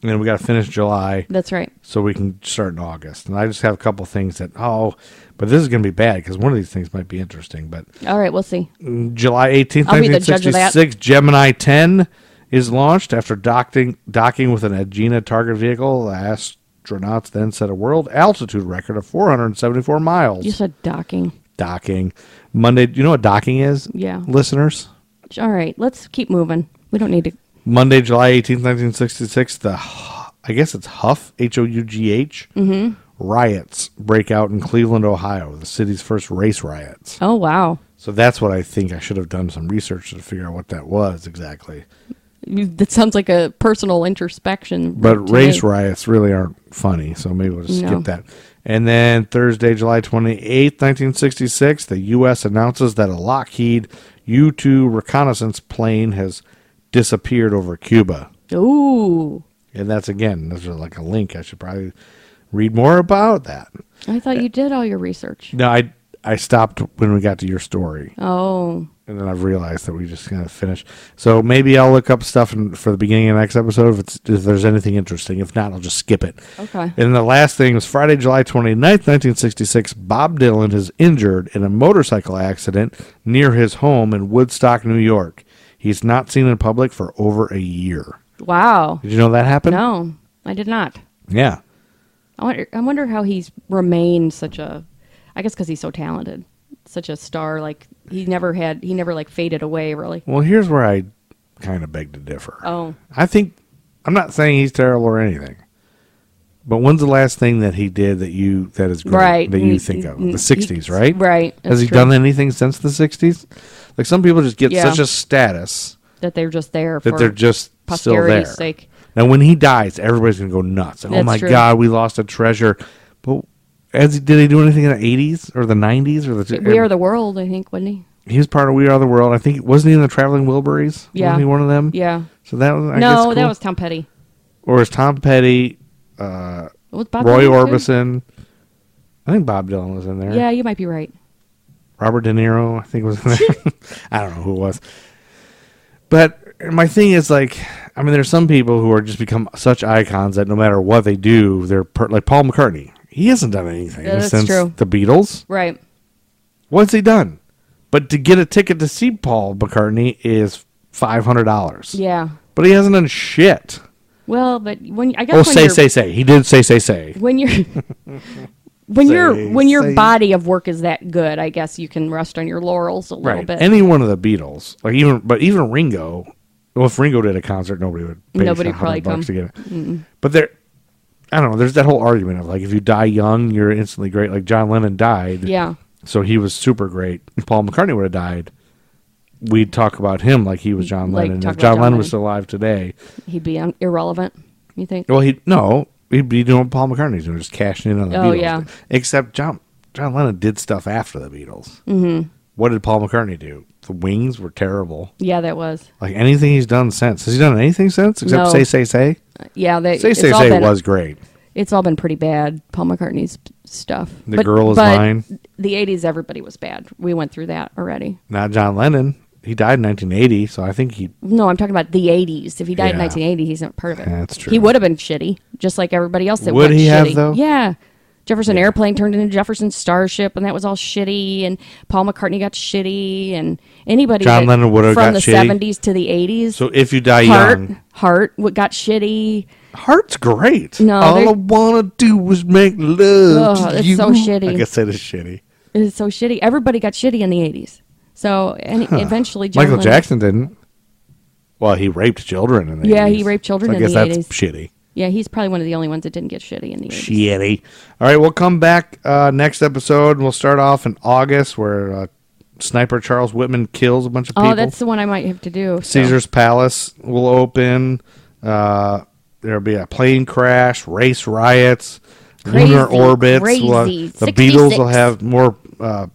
S5: and then we got to finish July
S4: That's right.
S5: so we can start in August. And I just have a couple things that oh, but this is going to be bad because one of these things might be interesting. But
S4: All right, we'll see.
S5: July eighteenth,
S4: I'll be
S5: nineteen
S4: the judge of that.
S5: sixty-six, Gemini ten is launched after docking docking with an Agena target vehicle. The astronauts then set a world altitude record of four hundred and seventy-four miles.
S4: You said docking.
S5: Docking Monday. You know what docking is?
S4: Yeah.
S5: listeners.
S4: All right, let's keep moving. We don't need to.
S5: Monday, July eighteenth, 1966, the, Hu- I guess it's Huff, H O U G H, riots break out in Cleveland, Ohio, the city's first race riots.
S4: Oh wow,
S5: So that's what I think I should have done some research to figure out what that was exactly.
S4: You- that sounds like a personal introspection.
S5: But
S4: today.
S5: race riots really aren't funny, so maybe we'll just
S4: No.
S5: skip that. And then Thursday, July 28th, 1966, the U.S. announces that a Lockheed U 2 reconnaissance plane has disappeared over Cuba.
S4: Ooh,
S5: And that's again, there's like a link. I should probably read more about that.
S4: I thought you did all your research.
S5: No, I I stopped when we got to your story,
S4: Oh,
S5: and then I've realized that we just kind of finished. So maybe I'll look up stuff in, for the beginning of next episode if it's if there's anything interesting. If not, I'll just skip it.
S4: Okay.
S5: And the last thing was Friday, July 29th, 1966. Bob Dylan is injured in a motorcycle accident near his home in Woodstock, New York. He's not seen in public for over a year.
S4: wow.
S5: Did you know that happened?
S4: No, I did not.
S5: Yeah.
S4: I wonder. I wonder how he's remained such a. I guess because he's so talented, such a star. Like he never had. He never like faded away. Really.
S5: Well, here's where I kind of beg to differ.
S4: Oh.
S5: I think I'm not saying he's terrible or anything. But when's the last thing that he did that you that is great
S4: Right.
S5: that you
S4: N-
S5: think of?
S4: n-
S5: The 60s,
S4: he-
S5: right?
S4: right,
S5: Has
S4: that's
S5: he
S4: true.
S5: done anything since the 60s? Like some people just get
S4: Yeah.
S5: such a status
S4: That they're just there.
S5: that
S4: for
S5: they're just still there.
S4: posterity's sake.
S5: Now when he dies, everybody's going to go nuts. Like, oh
S4: That's
S5: my
S4: true.
S5: god, we lost a treasure. But as did he do anything in the 80s or the 90s or the
S4: We are the world. I think, wasn't he?
S5: He was part of We Are the World. I think wasn't he in the Traveling Wilburys?
S4: Yeah.
S5: Wasn't he one of them?
S4: Yeah.
S5: So that was Hmm. I guess,
S4: no,
S5: cool.
S4: that was Tom Petty.
S5: or is Tom Petty,
S4: Was Bob
S5: Roy
S4: Dylan too?
S5: Orbison? I think Bob Dylan was in there.
S4: Yeah, you might be right.
S5: Robert De Niro, I think was in there. I don't know who it was. But my thing is like, I mean, there's some people who are just become such icons that no matter what they do, they're per- like Paul McCartney. He hasn't done anything
S4: Yeah, that's
S5: since
S4: true.
S5: the Beatles.
S4: Right.
S5: What's he done? But to get a ticket to see Paul McCartney is five hundred dollars.
S4: Yeah.
S5: But he hasn't done shit.
S4: Well, but when I guess
S5: Oh,
S4: when
S5: say
S4: you're,
S5: say say. He did say say say.
S4: when you're when
S5: Say,
S4: you when your
S5: say.
S4: body of work is that good, I guess you can rest on your laurels a little
S5: Right.
S4: bit.
S5: Any one of the Beatles, like even but even Ringo. Well, if Ringo did a concert, nobody would. Pay
S4: Nobody
S5: a hundred
S4: probably
S5: bucks to
S4: come.
S5: get it. But there, I don't know. There's that whole argument of like if you die young, you're instantly great. Like John Lennon died.
S4: yeah.
S5: So he was super great. If Paul McCartney would have died, we'd talk about him like he was John
S4: Like,
S5: Lennon. If
S4: talk
S5: John,
S4: about John
S5: Lennon was
S4: Lennon.
S5: still alive today,
S4: He'd be un- irrelevant, you think?
S5: well, he no, he'd be doing what Paul McCartney's doing, just cashing in on the
S4: Oh,
S5: Beatles.
S4: yeah.
S5: Except John John Lennon did stuff after the Beatles. Mm-hmm. What did Paul McCartney do? The Wings were terrible.
S4: Yeah, that was.
S5: Like anything he's done since, has he done anything since except
S4: No.
S5: say say say
S4: Yeah, that
S5: say
S4: it's
S5: say
S4: all
S5: say
S4: been,
S5: was great.
S4: It's all been pretty bad. Paul McCartney's stuff.
S5: The Girl Is
S4: but
S5: Mine.
S4: The '80s, everybody was bad. We went through that already.
S5: Not John Lennon. He died in 1980, so I think he
S4: No, I'm talking about the '80s. If he died in
S5: Yeah.
S4: 1980, he's not part of it.
S5: That's true.
S4: He would have been shitty, just like everybody else. That
S5: Would
S4: went
S5: he have,
S4: shitty.
S5: though?
S4: Yeah. Jefferson Airplane turned into Jefferson Starship, and that was all shitty. And Paul McCartney got shitty, and anybody
S5: John
S4: that-
S5: Lennon would've
S4: from
S5: got
S4: the
S5: shitty.
S4: '70s to the '80s.
S5: So if you die
S4: Hart,
S5: young,
S4: Hart what got shitty.
S5: Heart's great.
S4: No,
S5: all
S4: they're-
S5: I wanna do is make love.
S4: Ugh,
S5: to
S4: it's
S5: you.
S4: so shitty.
S5: I guess it is shitty.
S4: It's so shitty. Everybody got shitty in the '80s. So and eventually, John
S5: Michael
S4: Lennon-
S5: Jackson didn't. Well, he raped children in the
S4: Yeah, he
S5: 80s.
S4: raped children
S5: so I
S4: in
S5: guess
S4: the 80s.
S5: that's shitty.
S4: Yeah, he's probably one of the only ones that didn't get shitty in the 80s.
S5: Shitty. All right, we'll come back uh, next episode, and we'll start off in August, where uh, sniper Charles Whitman kills a bunch of
S4: oh,
S5: people.
S4: that's the one I might have to do. so.
S5: Caesar's Palace will open. Uh, there'll be a plane crash, race riots, lunar
S4: Crazy,
S5: orbits.
S4: crazy.
S5: We'll have- the Beatles will
S4: 66.
S5: have more uh,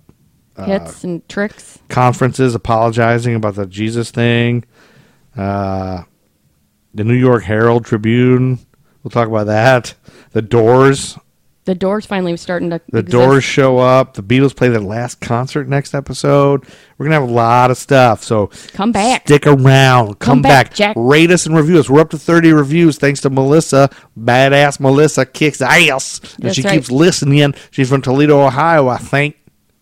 S4: Hits and tricks.
S5: conferences apologizing about the Jesus thing. Uh, the New York Herald Tribune. We'll talk about that. The Doors.
S4: The doors finally starting to.
S5: The
S4: exist.
S5: Doors show up. The Beatles play their last concert next episode. We're gonna have a lot of stuff. So
S4: Come back.
S5: Stick around. Come,
S4: back,
S5: back.
S4: Jack.
S5: Rate us and review us. We're up to thirty reviews thanks to Melissa. Badass Melissa kicks ass, and
S4: That's
S5: she
S4: right.
S5: keeps listening. She's from Toledo, Ohio, I think.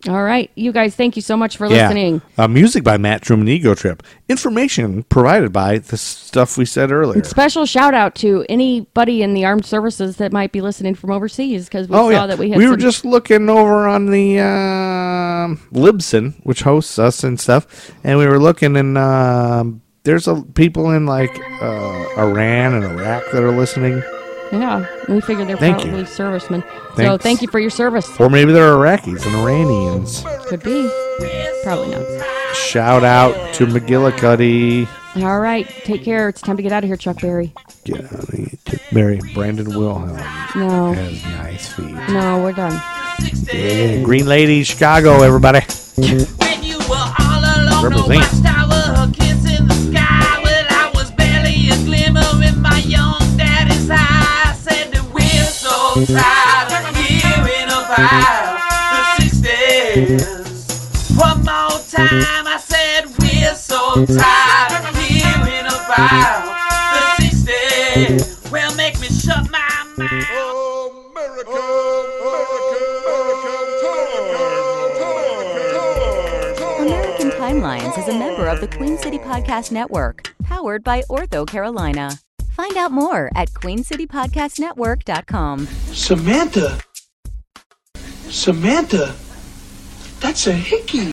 S4: All right, you guys. Thank you so much for
S5: Yeah.
S4: listening.
S5: Uh, music by Matt Truman Ego Trip. Information provided by the stuff we said earlier.
S4: Special shout out to anybody in the armed services that might be listening from overseas because we
S5: oh
S4: saw
S5: yeah,
S4: that we had.
S5: were
S4: some-
S5: just looking over on the um Libsyn, which hosts us and stuff, and we were looking and um, there's a, people in like uh, Iran and Iraq that are listening,
S4: yeah. We figured they're
S5: Thank you.
S4: probably servicemen. So
S5: Thanks.
S4: thank you for your service.
S5: or maybe they're Iraqis and Iranians.
S4: Could be. Probably not.
S5: Shout out to McGillicuddy.
S4: All right. Take care. It's time to get out of here, Chuck Berry.
S5: Yeah, Mary Brandon Wilhelm
S4: No.
S5: has nice feet.
S4: No, we're done.
S5: Yeah, Green Lady, Chicago, everybody.
S7: When you were all alone, no
S5: Represent.
S7: watchtower, a kiss in the sky. Well, I was barely a glimmer in my young daddy's eye. I said that we're so tired of hearing about the sixties. One more time, I said we're so tired of hearing about the sixties. Well, make me shut my mouth.
S6: America, America, America,
S1: American Timelines is a member of the Queen City Podcast Network, powered by Ortho Carolina. Find out more at queencitypodcastnetwork.com.
S3: Samantha. Samantha. That's a hickey.